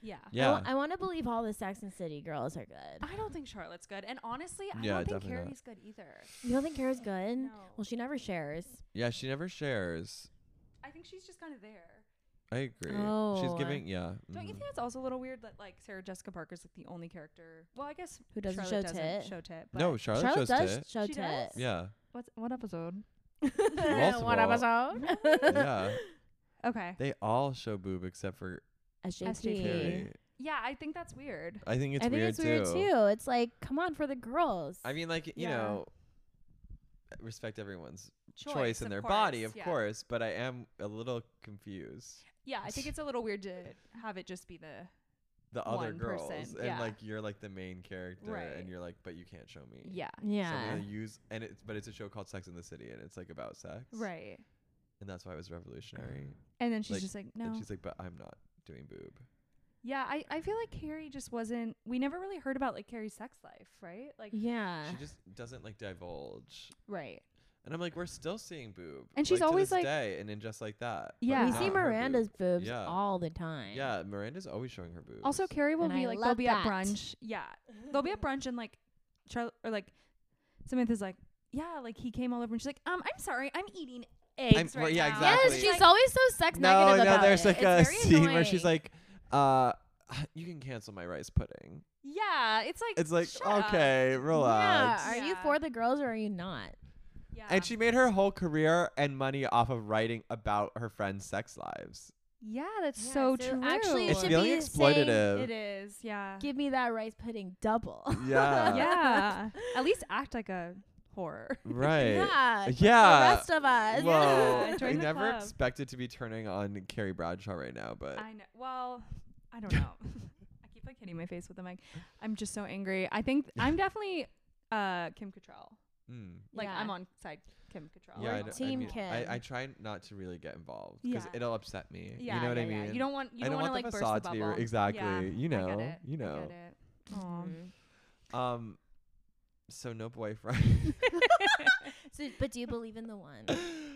Speaker 3: Yeah.
Speaker 1: I,
Speaker 2: Yeah.
Speaker 1: w- I want to believe all the Sex and the City girls are good.
Speaker 3: I don't think Charlotte's good. And honestly, I
Speaker 2: Yeah,
Speaker 3: don't think
Speaker 2: definitely not.
Speaker 3: Carrie's good either.
Speaker 1: You don't think Kara's good?
Speaker 3: No.
Speaker 1: Well, she never shares.
Speaker 2: Yeah, she never shares.
Speaker 3: I think she's just kind of there.
Speaker 2: I agree.
Speaker 1: Oh.
Speaker 2: She's giving, yeah. Mm.
Speaker 3: Don't you think that's also a little weird that like Sarah Jessica Parker's like the only character? Well, I guess
Speaker 1: Who doesn't
Speaker 3: Charlotte
Speaker 1: show
Speaker 3: doesn't
Speaker 1: tit.
Speaker 3: Show tit. But
Speaker 2: No, Charlotte,
Speaker 1: Charlotte
Speaker 2: shows
Speaker 1: does
Speaker 2: tit.
Speaker 1: show
Speaker 3: She
Speaker 1: tit.
Speaker 3: does?
Speaker 2: Yeah.
Speaker 3: what's what episode?
Speaker 2: Multiple.
Speaker 1: One episode.
Speaker 2: yeah.
Speaker 3: Okay.
Speaker 2: They all show boob except for
Speaker 1: SJP.
Speaker 2: Carrie.
Speaker 3: Yeah, I think that's weird.
Speaker 2: I think it's
Speaker 1: I think
Speaker 2: weird
Speaker 1: it's weird too. It's like, come on for the girls.
Speaker 2: I mean, like you
Speaker 3: Yeah.
Speaker 2: know, respect everyone's choice, in
Speaker 3: of
Speaker 2: their body, of
Speaker 3: yeah.
Speaker 2: course. But I am a little confused.
Speaker 3: Yeah, I think it's a little weird to have it just be the.
Speaker 2: The other
Speaker 3: One
Speaker 2: girls
Speaker 3: person,
Speaker 2: and
Speaker 3: yeah.
Speaker 2: like you're like the main character,
Speaker 3: Right.
Speaker 2: and you're like, but you can't show me.
Speaker 3: Yeah.
Speaker 2: So I'm
Speaker 1: yeah.
Speaker 2: gonna use and it's but it's a show called Sex in the City, and it's like about sex,
Speaker 3: Right.
Speaker 2: And that's why it was revolutionary.
Speaker 3: And then she's
Speaker 2: Like,
Speaker 3: just like, no.
Speaker 2: And she's like, but I'm not doing boob.
Speaker 3: yeah, I, I feel like Carrie just wasn't. We never really heard about like Carrie's sex life, right? Like,
Speaker 1: Yeah.
Speaker 3: Ah.
Speaker 2: She just doesn't like divulge.
Speaker 3: right.
Speaker 2: And I'm like, we're still seeing boob,
Speaker 3: And she's
Speaker 2: to
Speaker 3: always
Speaker 2: this
Speaker 3: like-
Speaker 2: day, and in just like that. but
Speaker 3: Yeah.
Speaker 1: We
Speaker 2: not
Speaker 1: see
Speaker 2: her boob.
Speaker 1: Miranda's boobs
Speaker 2: Yeah.
Speaker 1: all the time.
Speaker 2: Yeah, Miranda's always showing her boobs.
Speaker 3: Also, Carrie will
Speaker 1: And
Speaker 3: be
Speaker 1: I
Speaker 3: like, they'll
Speaker 1: love
Speaker 3: be
Speaker 1: that.
Speaker 3: at brunch. Yeah, they'll be at brunch and like, Char- or like, Samantha's like, yeah, like he came all over and she's like, um, I'm sorry, I'm eating eggs
Speaker 2: well,
Speaker 3: right
Speaker 2: yeah,
Speaker 3: now.
Speaker 2: exactly.
Speaker 1: Yes,
Speaker 2: Like-
Speaker 1: she's always so sex negative about
Speaker 2: there's
Speaker 1: it.
Speaker 2: like
Speaker 1: It's
Speaker 2: a
Speaker 1: very
Speaker 2: scene where she's
Speaker 1: annoying.
Speaker 2: like, uh, you can cancel my rice pudding.
Speaker 3: Yeah, it's like
Speaker 2: It's like,
Speaker 3: shut up.
Speaker 2: okay, relax.
Speaker 1: Yeah. Are you
Speaker 3: Yeah.
Speaker 1: for the girls or are you not?
Speaker 3: Yeah.
Speaker 2: And she made her whole career and money off of writing about her friends' sex lives.
Speaker 3: Yeah, that's
Speaker 1: Yeah,
Speaker 3: so,
Speaker 1: so
Speaker 3: true.
Speaker 1: actually it
Speaker 2: It's
Speaker 1: should
Speaker 2: feeling
Speaker 1: be saying
Speaker 2: exploitative.
Speaker 3: it is. Yeah.
Speaker 1: Give me that rice pudding double.
Speaker 2: Yeah.
Speaker 3: yeah. At least act like a whore.
Speaker 2: Right.
Speaker 1: yeah. just
Speaker 2: Yeah.
Speaker 1: The rest of us.
Speaker 2: Whoa.
Speaker 3: Uh, Yeah,
Speaker 2: I
Speaker 3: join the
Speaker 2: never
Speaker 3: club.
Speaker 2: expected to be turning on Carrie Bradshaw right now, but
Speaker 3: I know. Well, I don't know. I keep like hitting my face with the mic. I'm just so angry. I think I'm definitely uh Kim Cattrall.
Speaker 2: mm.
Speaker 3: Like
Speaker 1: Yeah.
Speaker 3: I'm on side Kim Cattrall.
Speaker 2: yeah,
Speaker 1: Or
Speaker 2: I
Speaker 3: Like,
Speaker 2: d- I
Speaker 1: Team
Speaker 2: mean,
Speaker 1: Kim.
Speaker 2: I, I try not to really get involved because
Speaker 3: Yeah.
Speaker 2: it'll upset me.
Speaker 3: yeah,
Speaker 2: you know what
Speaker 3: yeah,
Speaker 2: I mean?
Speaker 3: yeah. You don't want you
Speaker 2: I
Speaker 3: don't,
Speaker 2: don't
Speaker 3: want to
Speaker 2: want
Speaker 3: like
Speaker 2: the
Speaker 3: burst
Speaker 2: facade
Speaker 3: the
Speaker 2: to be
Speaker 3: bubble.
Speaker 2: re- exactly.
Speaker 3: Yeah,
Speaker 2: You
Speaker 3: I
Speaker 2: know,
Speaker 3: get it.
Speaker 2: you
Speaker 3: I
Speaker 2: know.
Speaker 3: get it. Aw.
Speaker 1: Mhm.
Speaker 2: Um, so no boyfriend.
Speaker 1: So, but do you believe in the one?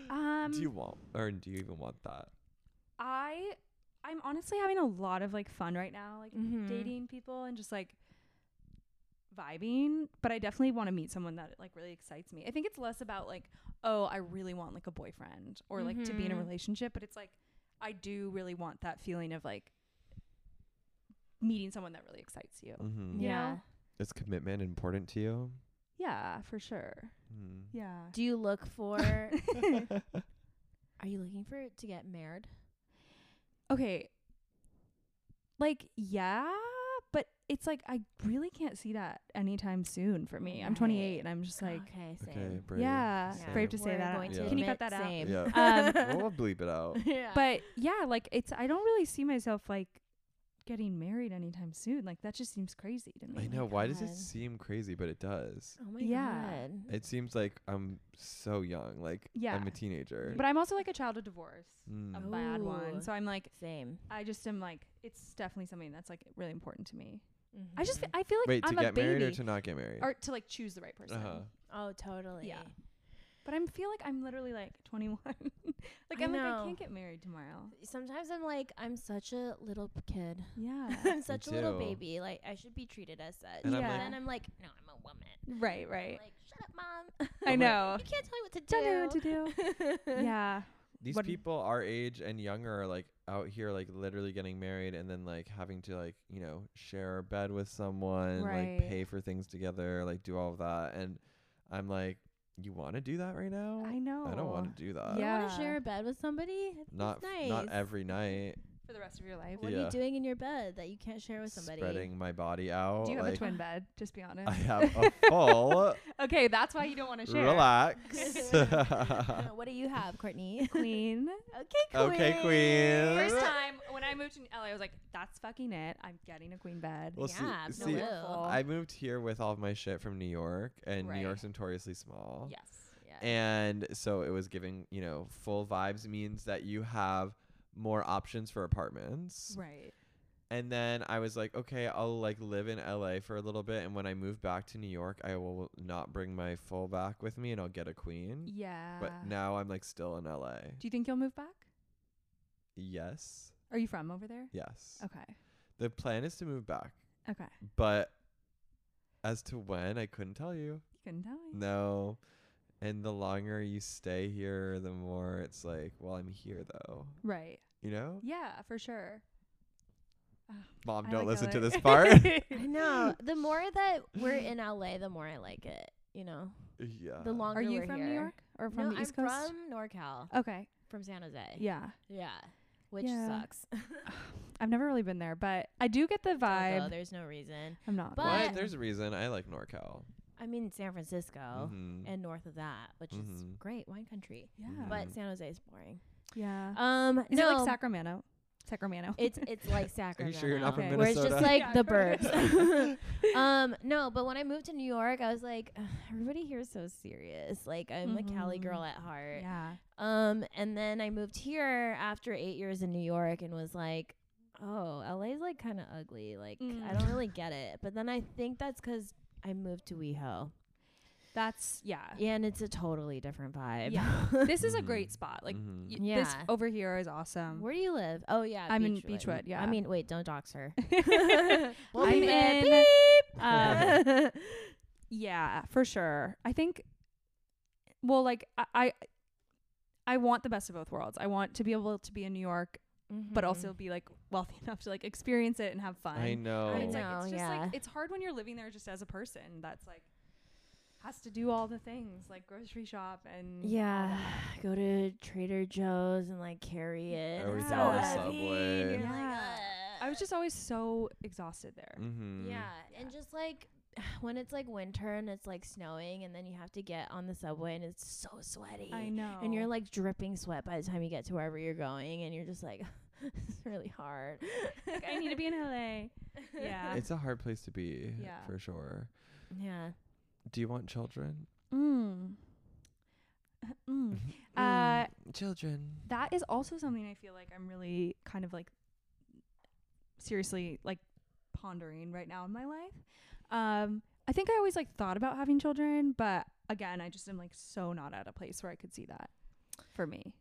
Speaker 3: Um
Speaker 2: do you want, or do you even want that?
Speaker 3: I I'm honestly having a lot of like fun right now, like
Speaker 1: Mhm.
Speaker 3: dating people and just like vibing, but I definitely want to meet someone that like really excites me. I think it's less about like, oh, I really want like a boyfriend or like to be in a
Speaker 1: Mhm.
Speaker 3: relationship, but it's like I do really want that feeling of like meeting someone that really excites you.
Speaker 2: Mm-hmm.
Speaker 3: You
Speaker 1: Yeah.
Speaker 3: know?
Speaker 2: Is commitment important to you? Hmm.
Speaker 3: Yeah, for sure. Yeah.
Speaker 1: Do you look for? are you looking for to get married?
Speaker 3: Okay. Like, yeah, but it's like I really can't see that anytime soon for me. I'm 28 and I'm just like
Speaker 1: okay, same.
Speaker 2: Okay, brave.
Speaker 3: Yeah,
Speaker 2: same.
Speaker 3: brave to say
Speaker 1: We're
Speaker 3: that.
Speaker 1: going to
Speaker 2: Yeah.
Speaker 3: Can you
Speaker 1: admit
Speaker 3: cut that out?
Speaker 1: same.
Speaker 2: Yeah.
Speaker 3: Um,
Speaker 2: we'll bleep it out.
Speaker 1: Yeah.
Speaker 3: But yeah, like it's I don't really see myself like getting married anytime soon. Like that just seems crazy to me.
Speaker 2: I know. Why does it
Speaker 1: God.
Speaker 2: seem crazy? But it does.
Speaker 1: oh my
Speaker 3: Yeah.
Speaker 1: god.
Speaker 2: It seems like I'm so young. Like
Speaker 3: Yeah.
Speaker 2: I'm a teenager.
Speaker 3: But I'm also like a child of divorce,
Speaker 2: Mm.
Speaker 3: a bad
Speaker 1: Ooh.
Speaker 3: one. So I'm like
Speaker 1: Same.
Speaker 3: I just am like it's definitely something that's like really important to me. I
Speaker 2: Mm-hmm.
Speaker 3: just fe- I feel like
Speaker 2: Wait,
Speaker 3: I'm
Speaker 2: to
Speaker 3: a
Speaker 2: get
Speaker 3: baby
Speaker 2: married or to not get married?
Speaker 3: or to like choose the right person.
Speaker 2: Uh-huh.
Speaker 1: Oh, totally.
Speaker 3: But I am feel like I'm literally like 21. like
Speaker 1: I
Speaker 3: I'm like
Speaker 1: know.
Speaker 3: I can't get married tomorrow.
Speaker 1: Sometimes I'm like, I'm such a little p- kid.
Speaker 3: Yeah.
Speaker 1: I'm such a little
Speaker 2: too.
Speaker 1: baby. Like I should be treated as such.
Speaker 2: And
Speaker 1: And
Speaker 2: I'm
Speaker 3: Yeah.
Speaker 1: then
Speaker 3: like-
Speaker 1: I'm like, no, I'm a woman.
Speaker 3: right,
Speaker 1: I'm
Speaker 3: right.
Speaker 1: like, shut up, mom.
Speaker 3: I
Speaker 2: I'm like,
Speaker 3: know.
Speaker 1: you can't tell me what to do.
Speaker 3: Don't know what to do. yeah.
Speaker 2: These
Speaker 3: What-
Speaker 2: people our age and younger are like out here, like literally getting married and then like having to like you know share a bed with someone,
Speaker 3: Right.
Speaker 2: like pay for things together, like do all of that. And I'm like, you want to do that right now?
Speaker 3: I know.
Speaker 2: I don't want to do that.
Speaker 3: Yeah.
Speaker 1: You want to share a bed with somebody? That's
Speaker 2: Not f-
Speaker 1: nice.
Speaker 2: not every night.
Speaker 3: for the rest of your life.
Speaker 1: What are
Speaker 2: Yeah.
Speaker 1: you doing in your bed that you can't share with somebody?
Speaker 2: Spreading my body out.
Speaker 3: Do you have
Speaker 2: Oh, like,
Speaker 3: a twin bed? Just be honest.
Speaker 2: I have a full.
Speaker 3: okay, that's why you don't want to share.
Speaker 2: relax.
Speaker 1: what do you have, Courtney?
Speaker 3: Queen.
Speaker 1: okay, queen.
Speaker 2: okay, queen.
Speaker 3: First time when I moved to LA, I was like, "That's fucking it. I'm getting a queen bed."
Speaker 2: Well,
Speaker 1: yeah,
Speaker 2: see,
Speaker 1: no
Speaker 2: see,
Speaker 1: loo.
Speaker 3: Beautiful.
Speaker 2: I moved here with all of my shit from New York, and
Speaker 1: Right.
Speaker 2: New York's notoriously small.
Speaker 3: yes.
Speaker 1: Yeah.
Speaker 2: And so it was giving, you know, full vibes means that you have more options for apartments.
Speaker 3: Right.
Speaker 2: And then I was like, okay, I'll like live in LA for a little bit. And when I move back to New York, I will not bring my full back with me and I'll get a queen.
Speaker 3: Yeah.
Speaker 2: But now I'm like still in LA.
Speaker 3: do you think you'll move back?
Speaker 2: Yes.
Speaker 3: Are you from over there?
Speaker 2: Yes.
Speaker 3: Okay.
Speaker 2: The plan is to move back.
Speaker 3: Okay.
Speaker 2: But as to when, I couldn't tell you.
Speaker 3: You couldn't tell me.
Speaker 2: No. And the longer you stay here, the more it's like, well, I'm here though.
Speaker 3: Right.
Speaker 2: You know?
Speaker 3: Yeah, for sure.
Speaker 2: Mom,
Speaker 3: I
Speaker 2: don't
Speaker 3: like
Speaker 2: listen to
Speaker 3: LA.
Speaker 2: this part.
Speaker 1: I know. The more that we're in LA, the more I like it. You know,
Speaker 2: yeah.
Speaker 1: the longer
Speaker 3: Are you
Speaker 1: we're
Speaker 3: from
Speaker 1: here.
Speaker 3: New York or from
Speaker 1: no,
Speaker 3: the East
Speaker 1: I'm
Speaker 3: Coast?
Speaker 1: from NorCal,
Speaker 3: okay.
Speaker 1: from San Jose.
Speaker 3: Yeah.
Speaker 1: Yeah. Which
Speaker 3: Yeah.
Speaker 1: sucks.
Speaker 3: I've never really been there, but I do get the
Speaker 1: Although
Speaker 3: vibe.
Speaker 1: there's no reason.
Speaker 3: I'm not.
Speaker 1: But-
Speaker 2: What? There's a reason I like NorCal.
Speaker 1: I mean, San
Speaker 3: Oh,
Speaker 1: Francisco
Speaker 2: Mhm.
Speaker 1: and north of that, which is
Speaker 2: Mhm.
Speaker 1: great wine country.
Speaker 3: yeah.
Speaker 1: But San Jose is boring.
Speaker 3: yeah.
Speaker 1: Um,
Speaker 3: Is
Speaker 1: no,
Speaker 3: it like Sacramento? Sacramento.
Speaker 1: it's it's like
Speaker 2: Are you
Speaker 1: Sacramento.
Speaker 2: sure you're not from
Speaker 3: Okay.
Speaker 1: where it's
Speaker 2: Minnesota?
Speaker 1: just like
Speaker 3: Yeah,
Speaker 1: the
Speaker 3: I've heard
Speaker 1: burbs. um, no, but when I moved to New York, I was like, "Ugh, everybody here is so serious. Like I'm a Cali
Speaker 3: Mhm.
Speaker 1: girl at heart.
Speaker 3: yeah.
Speaker 1: Um, and then I moved here after eight years in New York and was like, oh, LA's like kind of ugly. Like
Speaker 3: Mm.
Speaker 1: I don't really get it. But then I think that's 'cause I moved to WeHo.
Speaker 3: That's yeah.
Speaker 1: Yeah, and it's a totally different vibe.
Speaker 3: Ah. Yeah. this is a
Speaker 2: Mhm.
Speaker 3: great spot. Like
Speaker 2: Mhm.
Speaker 3: y- this
Speaker 1: Yeah.
Speaker 3: over here is awesome.
Speaker 1: Where do you live? Oh yeah,
Speaker 3: Um, I'm in Beechwood, yeah.
Speaker 1: I mean, wait, don't dox her.
Speaker 3: We'll I'm
Speaker 1: beep it,
Speaker 3: in-
Speaker 1: beep.
Speaker 3: Uh, yeah, for sure. I think. Well, like I, I, I want the best of both worlds. I want to be able to be in New York
Speaker 1: mm-hmm.
Speaker 3: but also mm. be like wealthy enough to like experience it and have fun.
Speaker 2: I know.
Speaker 3: And
Speaker 1: I
Speaker 3: it's
Speaker 1: know.
Speaker 3: like it's just
Speaker 1: yeah.
Speaker 3: like it's hard when you're living there just as a person that's like has to do all the things like grocery shop and all
Speaker 1: yeah,
Speaker 3: that.
Speaker 1: go to Trader Joe's and like carry it.
Speaker 2: Or
Speaker 1: It's
Speaker 3: we
Speaker 1: so
Speaker 3: go to
Speaker 1: heavy,
Speaker 2: Subway.
Speaker 1: and you're like,
Speaker 3: Yeah. I was
Speaker 1: "Ugh."
Speaker 3: just always so exhausted there.
Speaker 2: Mm-hmm.
Speaker 1: Yeah, Uh, and just like when it's like winter and it's like snowing, and then you have to get on the subway and it's so sweaty.
Speaker 3: I know.
Speaker 1: E. And you're like dripping sweat by the time you get to wherever you're going, and you're just like, it's really hard.
Speaker 3: Like, I need to be in LA. Yeah.
Speaker 2: It's a hard place to be,
Speaker 3: Yeah.
Speaker 2: for sure.
Speaker 1: Yeah.
Speaker 2: Do you want children?
Speaker 3: Mm. mm.
Speaker 2: Mm-hmm.
Speaker 3: Uh,
Speaker 2: children.
Speaker 3: that is also something I feel like I'm really kind of like seriously like pondering right now in my life. Um, I think I always like thought about having children, but again, I just am like so not at a place where I could see that for me.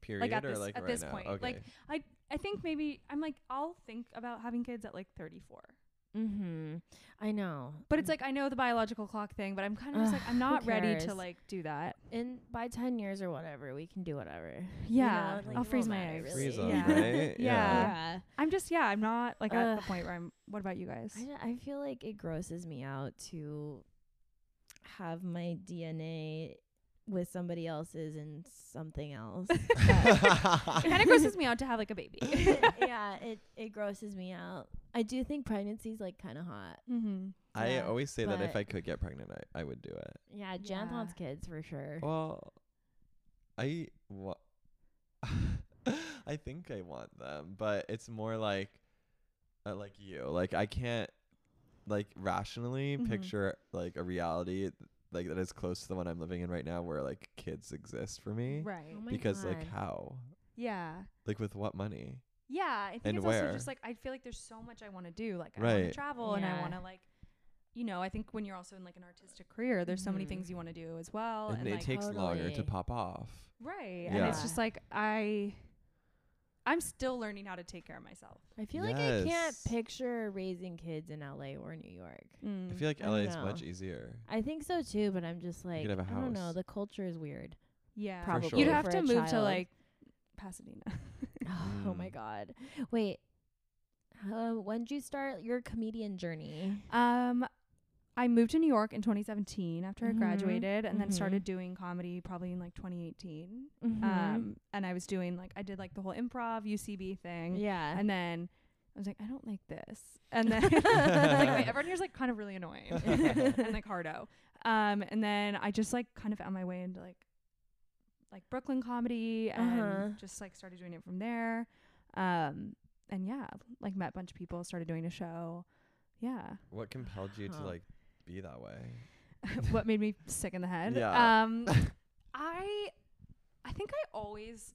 Speaker 2: Period
Speaker 3: at
Speaker 2: or
Speaker 3: this-
Speaker 2: like
Speaker 3: at
Speaker 2: right
Speaker 3: this
Speaker 2: now?
Speaker 3: point,
Speaker 2: Okay.
Speaker 3: like, I think maybe I'm like I'll think about having kids at like 34.
Speaker 1: Mm-hmm. I know.
Speaker 3: But it's like I know the biological clock thing, but I'm kind of just
Speaker 1: Ugh,
Speaker 3: like I'm
Speaker 1: who
Speaker 3: not ready to
Speaker 1: cares?
Speaker 3: like do that.
Speaker 1: in by ten years or whatever, we can do whatever.
Speaker 3: Yeah,
Speaker 1: like,
Speaker 3: I'll
Speaker 1: it
Speaker 3: freeze
Speaker 1: won't
Speaker 3: my
Speaker 1: matter,
Speaker 3: eggs.
Speaker 1: really.
Speaker 2: Freeze 'em,
Speaker 3: Yeah.
Speaker 2: right?
Speaker 3: Yeah.
Speaker 1: yeah.
Speaker 3: I'm just yeah, I'm not like at the
Speaker 1: Ugh.
Speaker 3: point where I'm What about you guys?
Speaker 1: I, don't- I feel like it grosses me out to have my DNA with somebody else's and something else.
Speaker 3: It kind of grosses me out to have like a baby.
Speaker 1: yeah, it it grosses me out. I do think pregnancy's like kind of hot.
Speaker 3: mm-hmm.
Speaker 2: I
Speaker 1: Yeah,
Speaker 2: always say that if
Speaker 1: but-
Speaker 2: I could get pregnant, I, I would do it.
Speaker 1: Yeah, Jan
Speaker 3: Yeah.
Speaker 1: wants kids for sure.
Speaker 2: Well, I wa- I think I want them, but it's more like uh, like you. Like I can't like rationally
Speaker 3: Mhm.
Speaker 2: picture like a reality like that is close to the one I'm living in right now where like kids exist for me
Speaker 3: Right.
Speaker 1: Oh my
Speaker 2: because like
Speaker 1: God.
Speaker 2: how?
Speaker 3: Yeah.
Speaker 2: Like with what money?
Speaker 3: Yeah. I think
Speaker 2: And
Speaker 3: it's
Speaker 2: where?
Speaker 3: also just like I feel like there's so much I want to do. Like I want
Speaker 2: Right.
Speaker 3: to travel and I
Speaker 1: Yeah.
Speaker 3: want to like, you know, I think when you're also in like an artistic career, there's so many
Speaker 1: Mhm.
Speaker 3: things you want to do as well.
Speaker 2: and
Speaker 3: And,
Speaker 2: it
Speaker 3: like
Speaker 2: takes longer to
Speaker 1: Totally.
Speaker 2: pop off.
Speaker 3: right. And it's
Speaker 2: Yeah.
Speaker 3: just like I, I'm still learning how to take care of myself.
Speaker 1: I feel like I can't
Speaker 2: Yes.
Speaker 1: picture raising kids in LA or New York.
Speaker 3: Mm.
Speaker 2: I feel like
Speaker 1: I
Speaker 2: LA
Speaker 1: don't
Speaker 2: is much
Speaker 1: know.
Speaker 2: easier.
Speaker 1: I think so too, but I'm just like I
Speaker 2: have a
Speaker 1: don't know.
Speaker 2: house.
Speaker 1: The culture is weird.
Speaker 3: yeah.
Speaker 1: probably
Speaker 2: sure.
Speaker 3: You'd have
Speaker 1: for
Speaker 3: to
Speaker 1: a
Speaker 3: move to
Speaker 1: child.
Speaker 3: like Pasadena.
Speaker 1: Oh my
Speaker 2: Mm.
Speaker 1: god! Wait, uh, when did you start your comedian journey?
Speaker 3: Um, I moved to New York in 2017 after
Speaker 1: Mhm.
Speaker 3: I graduated, and then
Speaker 1: Mhm.
Speaker 3: started doing comedy probably in like 2018.
Speaker 1: Mm-hmm.
Speaker 3: Um, and I was doing like I did like the whole improv UCB thing,
Speaker 1: yeah,
Speaker 3: and then I was like, I don't like this, and then I was like, wait, everyone here's like kind of really annoying and like hardo. Um, and then I just like kind of found my way into like like Brooklyn comedy, and
Speaker 1: Uh-huh.
Speaker 3: just like started doing it from there. Um, and yeah, like met a bunch of people, started doing a show. Yeah.
Speaker 2: What compelled you to
Speaker 3: Uh-huh.
Speaker 1: Huh.
Speaker 2: like be that way?
Speaker 3: what made me sick in the head.
Speaker 2: Yeah.
Speaker 3: Um, I, I think I always,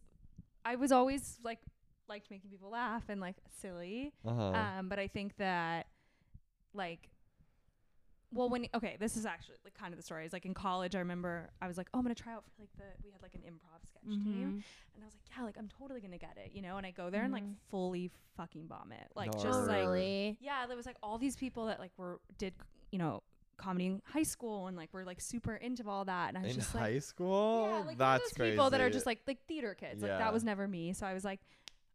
Speaker 3: I was always like liked making people laugh and like silly.
Speaker 2: Uh-huh.
Speaker 3: Um, but I think that like. Well, when okay, this is actually like kind of the story. Is like in college, I remember I was like, "Oh, I'm gonna try out for like the we had like an improv sketch
Speaker 2: Mm-hmm.
Speaker 1: Mm-hmm.
Speaker 3: team," and I was like, "Yeah, like I'm totally gonna get it," you know. And I go there and like
Speaker 1: Mhm.
Speaker 2: Mm-hmm.
Speaker 3: fully fucking bomb it, like
Speaker 1: Oh,
Speaker 3: just
Speaker 2: Narc.
Speaker 3: like
Speaker 1: really?
Speaker 3: yeah, there was like all these people that like were did you know comedy in high school and like were like super into all that, and I was
Speaker 2: in
Speaker 3: just
Speaker 2: high
Speaker 3: like,
Speaker 2: school?
Speaker 3: yeah, like
Speaker 2: Oh, That's
Speaker 3: those
Speaker 2: crazy.
Speaker 3: people that are just like like theater kids. Like
Speaker 2: Yeah.
Speaker 3: that was never me, so I was like,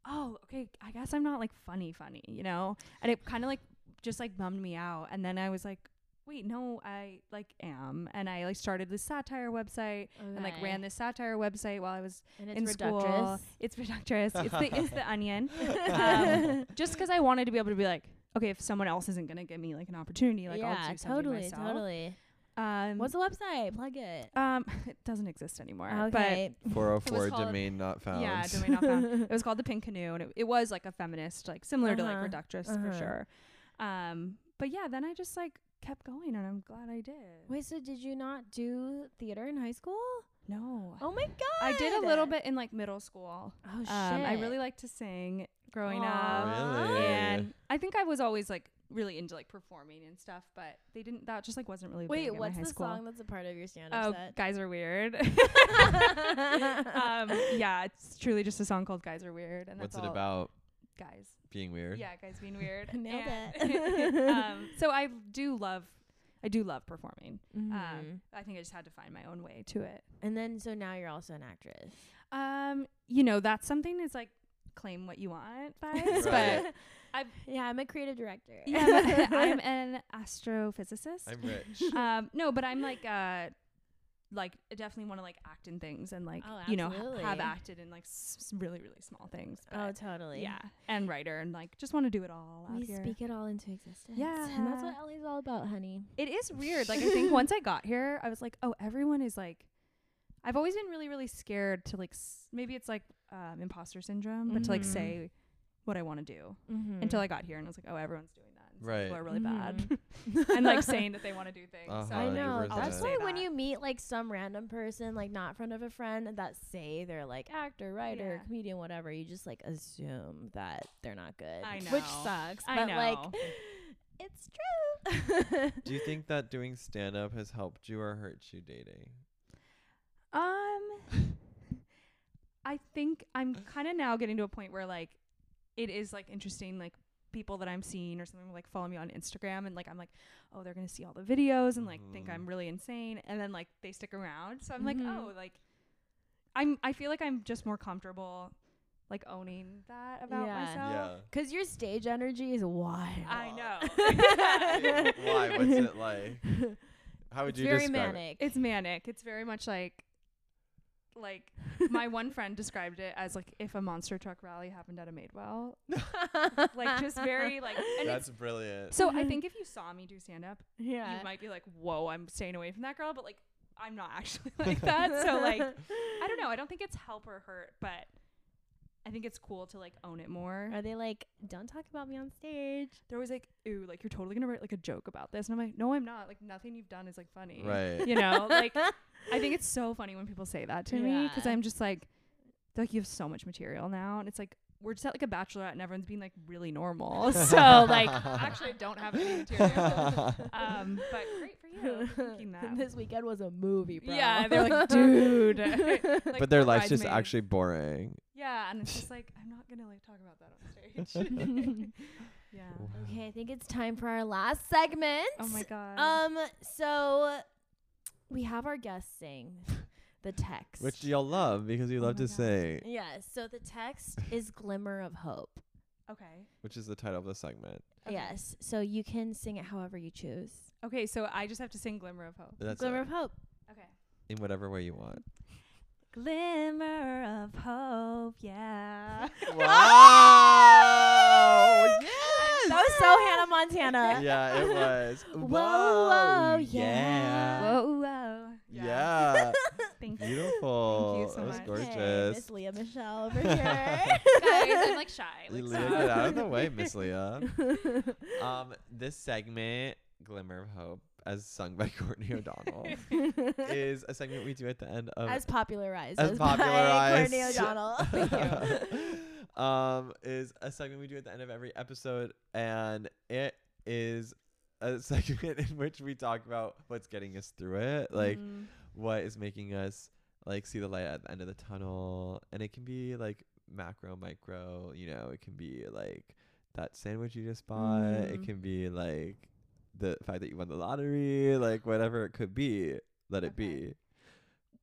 Speaker 3: oh okay, I guess I'm not like funny funny, you know, and it kind of like just like bummed me out, and then I was like. Wait, no, I like am, and I like started this satire website and like ran this satire website while I was
Speaker 1: and
Speaker 3: in
Speaker 1: it's
Speaker 3: school.
Speaker 1: reductress.
Speaker 3: It's reductress. It's the it's the onion. Um, just because I wanted to be able to be like, okay, if someone else isn't gonna give me like an opportunity, like
Speaker 1: yeah,
Speaker 3: I'll do something
Speaker 1: totally,
Speaker 3: myself.
Speaker 1: totally.
Speaker 3: Um,
Speaker 1: What's the website? Plug it.
Speaker 3: um, it doesn't exist anymore.
Speaker 1: Okay.
Speaker 2: 404
Speaker 3: called-
Speaker 2: domain not
Speaker 3: But
Speaker 2: found.
Speaker 3: yeah, domain not found. It was called the Pink Canoe, and it, it was like a feminist, like similar to
Speaker 1: Uh-huh,
Speaker 3: like reductress for
Speaker 1: uh-huh.
Speaker 3: sure. Um, but yeah, then I just like kept going, and I'm glad I did.
Speaker 1: Wait, so did you not do theater in high school?
Speaker 3: No,
Speaker 1: Oh my god!
Speaker 3: I did a little bit in like middle school.
Speaker 1: Oh shit!
Speaker 3: Um, I really liked to sing growing up.
Speaker 1: Aw.
Speaker 2: Really?
Speaker 3: and I think I was always like really into like performing and stuff, but they didn't. That just like wasn't really. big
Speaker 1: Wait,
Speaker 3: in my
Speaker 1: what's
Speaker 3: high
Speaker 1: the
Speaker 3: school.
Speaker 1: song that's a part of your stand-up
Speaker 3: Oh,
Speaker 1: set?
Speaker 3: guys are weird. um, yeah, it's truly just a song called "Guys Are Weird," and that's
Speaker 2: What's it
Speaker 3: all-
Speaker 2: about
Speaker 3: Guys,
Speaker 2: being weird?
Speaker 3: yeah, guys being weird.
Speaker 1: Nailed
Speaker 3: And-
Speaker 1: it.
Speaker 3: um, so I do love, I do love performing.
Speaker 1: Mhm.
Speaker 3: Um, I think I just had to find my own way to it.
Speaker 1: and then, so now you're also an actress.
Speaker 3: Um, you know, that's something is like claim what you want vibes,
Speaker 2: Right.
Speaker 3: but I've-
Speaker 1: yeah, I'm a creative director.
Speaker 3: yeah, but I'm an astrophysicist.
Speaker 2: I'm rich.
Speaker 3: um, no, but I'm like, uh, like I definitely want to like act in things and like
Speaker 1: Oh,
Speaker 3: you know ha-
Speaker 1: absolutely.
Speaker 3: have acted in like s- s- really really small things.
Speaker 1: oh,
Speaker 3: but
Speaker 1: totally.
Speaker 3: yeah, and writer and like just want to do it all out
Speaker 1: We
Speaker 3: here.
Speaker 1: speak it all into existence. And that's
Speaker 3: Yeah.
Speaker 1: what LA's all about, honey.
Speaker 3: It is weird. Like I think once I got here, I was like, oh, everyone is like. I've always been really really scared to like s- maybe it's like um, imposter syndrome, but to like
Speaker 1: Mhm.
Speaker 3: say what I want to do
Speaker 1: Mm-hmm.
Speaker 3: until I got here and I was like, oh, everyone's doing that. And some
Speaker 2: Right.
Speaker 3: People are really
Speaker 1: Mhm.
Speaker 3: bad Mm-hmm. and like saying that they want to do things.
Speaker 2: Uh-huh,
Speaker 3: So
Speaker 1: I
Speaker 2: you
Speaker 1: know.
Speaker 2: were
Speaker 1: That's
Speaker 3: the-
Speaker 1: why when
Speaker 3: Say
Speaker 1: you
Speaker 3: that.
Speaker 1: meet like some random person, like not in front of a friend, that say they're like actor, writer,
Speaker 3: Yeah.
Speaker 1: comedian, whatever, you just like assume that they're not good.
Speaker 3: I
Speaker 1: Which
Speaker 3: know.
Speaker 1: sucks.
Speaker 3: I
Speaker 1: but
Speaker 3: know.
Speaker 1: like, it's true.
Speaker 2: Do you think that doing stand up has helped you or hurt you dating?
Speaker 3: Um, I think I'm kind of now getting to a point where like it is like interesting, like people that I'm seeing or something like follow me on Instagram and like I'm like, oh, they're gonna see all the videos and like think
Speaker 2: Mhm.
Speaker 3: I'm really insane, and then like they stick around, so I'm like,
Speaker 1: Mhm.
Speaker 3: oh, like I'm I feel like I'm just more comfortable like owning that about
Speaker 1: Yeah.
Speaker 3: myself.
Speaker 1: Because your stage energy is wild.
Speaker 3: I
Speaker 2: Yeah.
Speaker 3: know.
Speaker 2: Why? What's it like? How would
Speaker 1: It's
Speaker 2: you
Speaker 1: very
Speaker 2: describe
Speaker 1: manic.
Speaker 3: It's manic. It's very much like like my one friend described it as like if a monster truck rally happened at a Madewell. like just very like
Speaker 2: it?
Speaker 3: and it's,
Speaker 2: That's brilliant.
Speaker 3: so I think if you saw me do stand up,
Speaker 1: yeah.
Speaker 3: you might be like, "Whoa, I'm staying away from that girl," but like I'm not actually like that. So like I don't know. I don't think it's help or hurt, but I think it's cool to like own it more.
Speaker 1: Are they like, don't talk about me on stage?
Speaker 3: They're always like, "Ooh, like you're totally gonna write like a joke about this," and I'm like, "No, I'm not. Like nothing you've done is like funny."
Speaker 2: Right.
Speaker 3: You know, like I think it's so funny when people say that to me 'cause
Speaker 1: Yeah.
Speaker 3: I'm just like, they're like you have so much material now, and it's like we're just at like a bachelorette and everyone's being like really normal. So like, actually, I don't have any material. um, but great for you for thinking that.
Speaker 1: this weekend was a movie, bro.
Speaker 3: yeah, they're like, dude. like,
Speaker 2: but their life's just
Speaker 3: bridesmaid.
Speaker 2: actually boring.
Speaker 3: Yeah, and it's just like I'm not gonna like talk about that on stage. yeah.
Speaker 1: okay, I think it's time for our last segment.
Speaker 3: Oh my god.
Speaker 1: Um, so we have our guests sing the text.
Speaker 2: Which y'all love because you
Speaker 3: Oh
Speaker 2: love
Speaker 3: my
Speaker 2: to
Speaker 3: God.
Speaker 2: say,
Speaker 1: Yes. So the text is "Glimmer of Hope."
Speaker 3: okay.
Speaker 2: which is the title of the segment.
Speaker 3: Okay.
Speaker 1: Yes. So you can sing it however you choose.
Speaker 3: Okay, so I just have to sing "Glimmer of Hope."
Speaker 2: That's
Speaker 1: Glimmer
Speaker 2: it.
Speaker 1: of Hope.
Speaker 3: Okay.
Speaker 2: in whatever way you want.
Speaker 3: Glimmer of hope, yeah.
Speaker 2: wow!
Speaker 1: That was so Hannah Montana.
Speaker 2: yeah, it was.
Speaker 1: Whoa,
Speaker 2: Whoa,
Speaker 1: whoa, yeah.
Speaker 2: yeah.
Speaker 3: Whoa, whoa.
Speaker 2: Yeah.
Speaker 3: Thank you.
Speaker 2: Beautiful.
Speaker 3: Thank you so
Speaker 2: that was
Speaker 3: much.
Speaker 1: Okay,
Speaker 2: gorgeous.
Speaker 1: Miss Leah Michelle over here.
Speaker 3: Guys, I'm like shy. Like,
Speaker 2: Leah,
Speaker 3: sorry.
Speaker 2: get out of the way, Miss Leah. um, this segment, Glimmer of Hope, as sung by Courtney O'Donnell, is a segment we do at the end of
Speaker 1: as popularized
Speaker 2: as
Speaker 1: as, by
Speaker 2: popularized.
Speaker 1: Courtney O'Donnell.
Speaker 2: um, is a segment we do at the end of every episode, and it is a segment in which we talk about what's getting us through it, like
Speaker 3: Mm.
Speaker 2: what is making us like see the light at the end of the tunnel, and it can be like macro, micro, you know, it can be like that sandwich you just bought, it
Speaker 3: Mm-hmm.
Speaker 1: Mhm.
Speaker 2: can be like the fact that you won the lottery, like whatever it could be, let it
Speaker 3: Okay.
Speaker 2: be.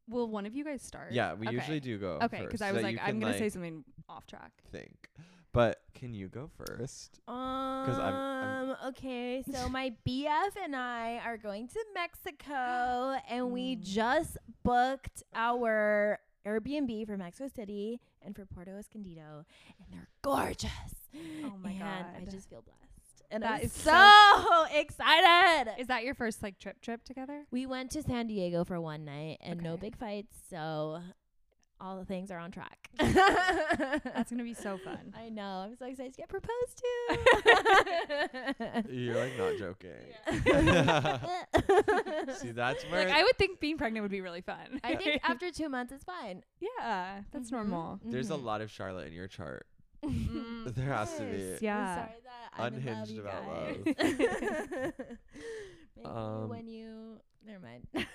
Speaker 3: Will one of you guys start?
Speaker 2: Yeah, we
Speaker 3: Okay.
Speaker 2: usually do go
Speaker 3: Okay,
Speaker 2: first,
Speaker 3: because I
Speaker 2: so
Speaker 3: was
Speaker 2: that
Speaker 3: like,
Speaker 2: you
Speaker 3: I'm
Speaker 2: can,
Speaker 3: gonna say
Speaker 2: like,
Speaker 3: something off track.
Speaker 2: think. But can you go first? I'm- I'm-
Speaker 1: Um, okay, so my BF and I are going to Mexico, and we
Speaker 3: Mm.
Speaker 1: just booked our Airbnb for Mexico City and for Puerto Escondido, and they're gorgeous.
Speaker 3: Oh my
Speaker 1: and I
Speaker 3: God.
Speaker 1: just feel blessed, and
Speaker 3: That
Speaker 1: I'm
Speaker 3: is
Speaker 1: so, excited.
Speaker 3: Is that your first like trip trip together?
Speaker 1: we went to San Diego for one night, and no
Speaker 3: Okay.
Speaker 1: big fights, so all the things are on track.
Speaker 3: That's gonna be so fun.
Speaker 1: I know. I'm so excited to get proposed to.
Speaker 2: You're like not joking. See, that's where
Speaker 3: Like I would think being pregnant would be really fun.
Speaker 1: I think after two months, it's fine.
Speaker 3: yeah, that's
Speaker 1: Mhm.
Speaker 3: normal.
Speaker 2: there's a
Speaker 1: Mhm.
Speaker 2: lot of Charlotte in your chart.
Speaker 3: Mm,
Speaker 2: There has to
Speaker 1: Yes.
Speaker 2: be.
Speaker 1: I'm
Speaker 3: yeah.
Speaker 1: Mm-hmm. sorry that I'm
Speaker 2: Unhinged
Speaker 1: in
Speaker 2: about
Speaker 1: love,
Speaker 2: love.
Speaker 1: you guys. Maybe
Speaker 2: Um,
Speaker 1: when you, never mind.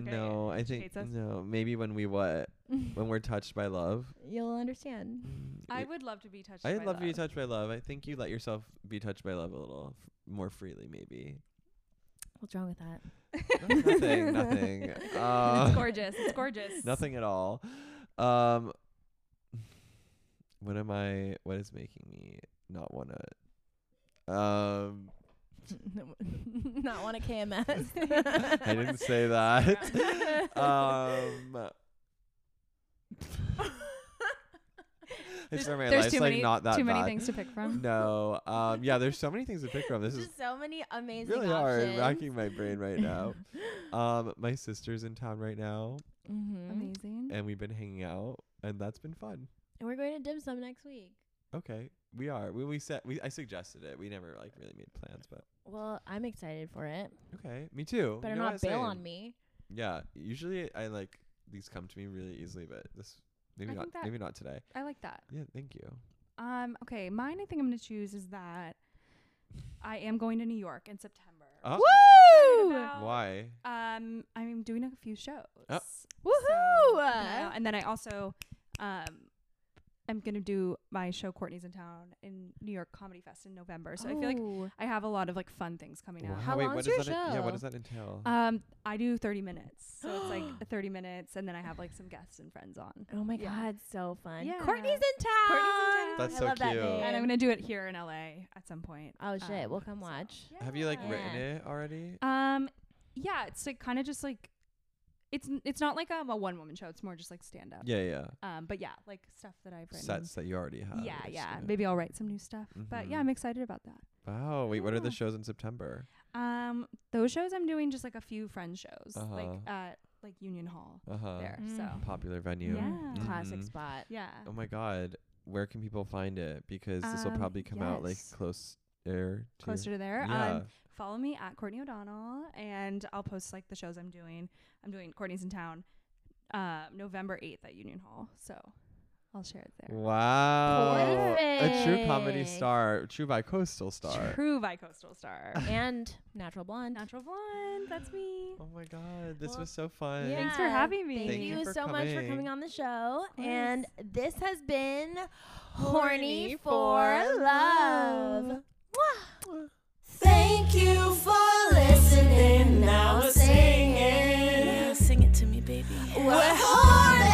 Speaker 2: No, I think
Speaker 3: hates us.
Speaker 2: no. Maybe when we what when we're touched by love.
Speaker 1: You'll understand.
Speaker 2: Mm,
Speaker 3: I
Speaker 2: it-
Speaker 3: would love to be touched.
Speaker 2: I'd
Speaker 3: by
Speaker 2: love to be touched by love. I think you let yourself be touched by love a little f- more freely, maybe.
Speaker 1: What's wrong with that?
Speaker 2: No, nothing, nothing,
Speaker 3: It's
Speaker 2: uh,
Speaker 3: gorgeous. It's gorgeous.
Speaker 2: nothing at all. Um, What am I? What is making me not wanna? Um,
Speaker 1: Not want a KMS.
Speaker 2: I didn't say that. um, I
Speaker 3: There's-
Speaker 2: swear my
Speaker 3: there's
Speaker 2: life's
Speaker 3: too
Speaker 2: like
Speaker 3: many-
Speaker 2: not that
Speaker 3: too many
Speaker 2: bad.
Speaker 3: things to pick from.
Speaker 2: No. Um. Yeah. There's so many things to pick from. This
Speaker 1: There's
Speaker 2: is
Speaker 1: just so many amazing
Speaker 2: really
Speaker 1: options.
Speaker 2: hard, racking my brain right now. um. My sister's in town right now,
Speaker 1: Mm-hmm.
Speaker 3: Amazing.
Speaker 2: and we've been hanging out, and that's been fun.
Speaker 1: And we're going to dim sum next week.
Speaker 2: Okay. We are. We we said we I suggested it. We never like really made plans, but
Speaker 1: Well, I'm excited for it.
Speaker 2: okay. Me too.
Speaker 1: Better
Speaker 2: You know
Speaker 1: not
Speaker 2: what,
Speaker 1: bail
Speaker 2: same.
Speaker 1: on me.
Speaker 2: Yeah. Usually I like these come to me really easily, but this maybe
Speaker 3: I
Speaker 2: not
Speaker 3: think that-
Speaker 2: maybe not today.
Speaker 3: I like that.
Speaker 2: Yeah, thank you.
Speaker 3: Um, okay, mine I think I'm gonna choose is that I am going to New York in September.
Speaker 2: Oh.
Speaker 3: which I'm
Speaker 1: Woo!
Speaker 3: excited about.
Speaker 2: Why?
Speaker 3: Um, I'm doing a few shows.
Speaker 2: Oh.
Speaker 1: Woohoo!
Speaker 3: yeah, and then I also um am gonna do my show Courtney's in town in New York Comedy Fest in November. So I feel like
Speaker 1: Oh.
Speaker 3: I have a lot of like fun things coming
Speaker 2: Wow.
Speaker 3: out.
Speaker 1: How
Speaker 2: Wait,
Speaker 1: long
Speaker 2: what
Speaker 1: is
Speaker 2: does
Speaker 1: your
Speaker 2: that en- yeah,
Speaker 1: show?
Speaker 2: what does that entail?
Speaker 3: Um, I do 30 minutes. So it's like 30 minutes and then I have like some guests and friends on.
Speaker 1: Oh my
Speaker 3: Yeah.
Speaker 1: god, so fun.
Speaker 3: Yeah.
Speaker 1: Courtney's in town.
Speaker 3: Courtney's in town.
Speaker 2: That's
Speaker 1: I
Speaker 2: so
Speaker 1: love that
Speaker 2: cute.
Speaker 1: name.
Speaker 3: And I'm gonna do it here in LA at some point.
Speaker 1: Oh shit,
Speaker 3: Um,
Speaker 1: we'll come
Speaker 3: so-
Speaker 1: watch.
Speaker 2: Have you like
Speaker 3: Yeah.
Speaker 2: written
Speaker 1: Yeah.
Speaker 2: it already?
Speaker 3: Um, yeah, it's like kind of just like it's n- it's not like um, a one woman show. It's more just like stand up.
Speaker 2: Yeah, yeah.
Speaker 3: Um, but yeah, like stuff that I've written.
Speaker 2: Sets that you already have.
Speaker 3: yeah,
Speaker 2: I
Speaker 3: yeah.
Speaker 2: assume.
Speaker 3: Maybe I'll write some new stuff. But yeah,
Speaker 2: Mhm.
Speaker 3: I'm excited about that.
Speaker 2: Wow. Wait, what are the
Speaker 3: Yeah.
Speaker 2: shows in September?
Speaker 3: Um, those shows I'm doing just like a few friend shows, like
Speaker 2: Uh-huh.
Speaker 3: at like Union Hall
Speaker 2: Uh huh.
Speaker 3: there. Mm-hmm.
Speaker 1: Mm.
Speaker 3: So
Speaker 2: Popular venue.
Speaker 3: Yeah.
Speaker 1: Classic
Speaker 2: Mhm.
Speaker 1: spot.
Speaker 3: yeah,
Speaker 2: Oh my god. Where can people find it? Because this will
Speaker 3: Um,
Speaker 2: probably come out like
Speaker 3: yes.
Speaker 2: close air to
Speaker 3: closer to there.
Speaker 2: Yeah.
Speaker 3: Um, follow me at Courtney O'Donnell, and I'll post like the shows I'm doing. I'm doing Courtney's in town, uh, November eighth at Union Hall. So I'll share it there.
Speaker 2: Wow. A true comedy
Speaker 1: Perfect.
Speaker 2: star, true bi coastal star.
Speaker 3: True by Coastal Star.
Speaker 1: And natural blonde.
Speaker 3: Natural Blonde, that's me.
Speaker 2: Oh my god, this
Speaker 1: Well,
Speaker 2: was so fun.
Speaker 1: yeah.
Speaker 3: Thanks for having me.
Speaker 1: Thank,
Speaker 2: Thank
Speaker 1: you,
Speaker 2: you for
Speaker 1: so much for
Speaker 2: coming.
Speaker 1: coming on the show.
Speaker 3: course.
Speaker 1: And this has been Horny
Speaker 3: Horny
Speaker 1: for
Speaker 3: for
Speaker 1: Love.
Speaker 3: Love.
Speaker 4: Thank you for listening. Now we're singing.
Speaker 5: Sing it to me, baby.
Speaker 4: We're horny.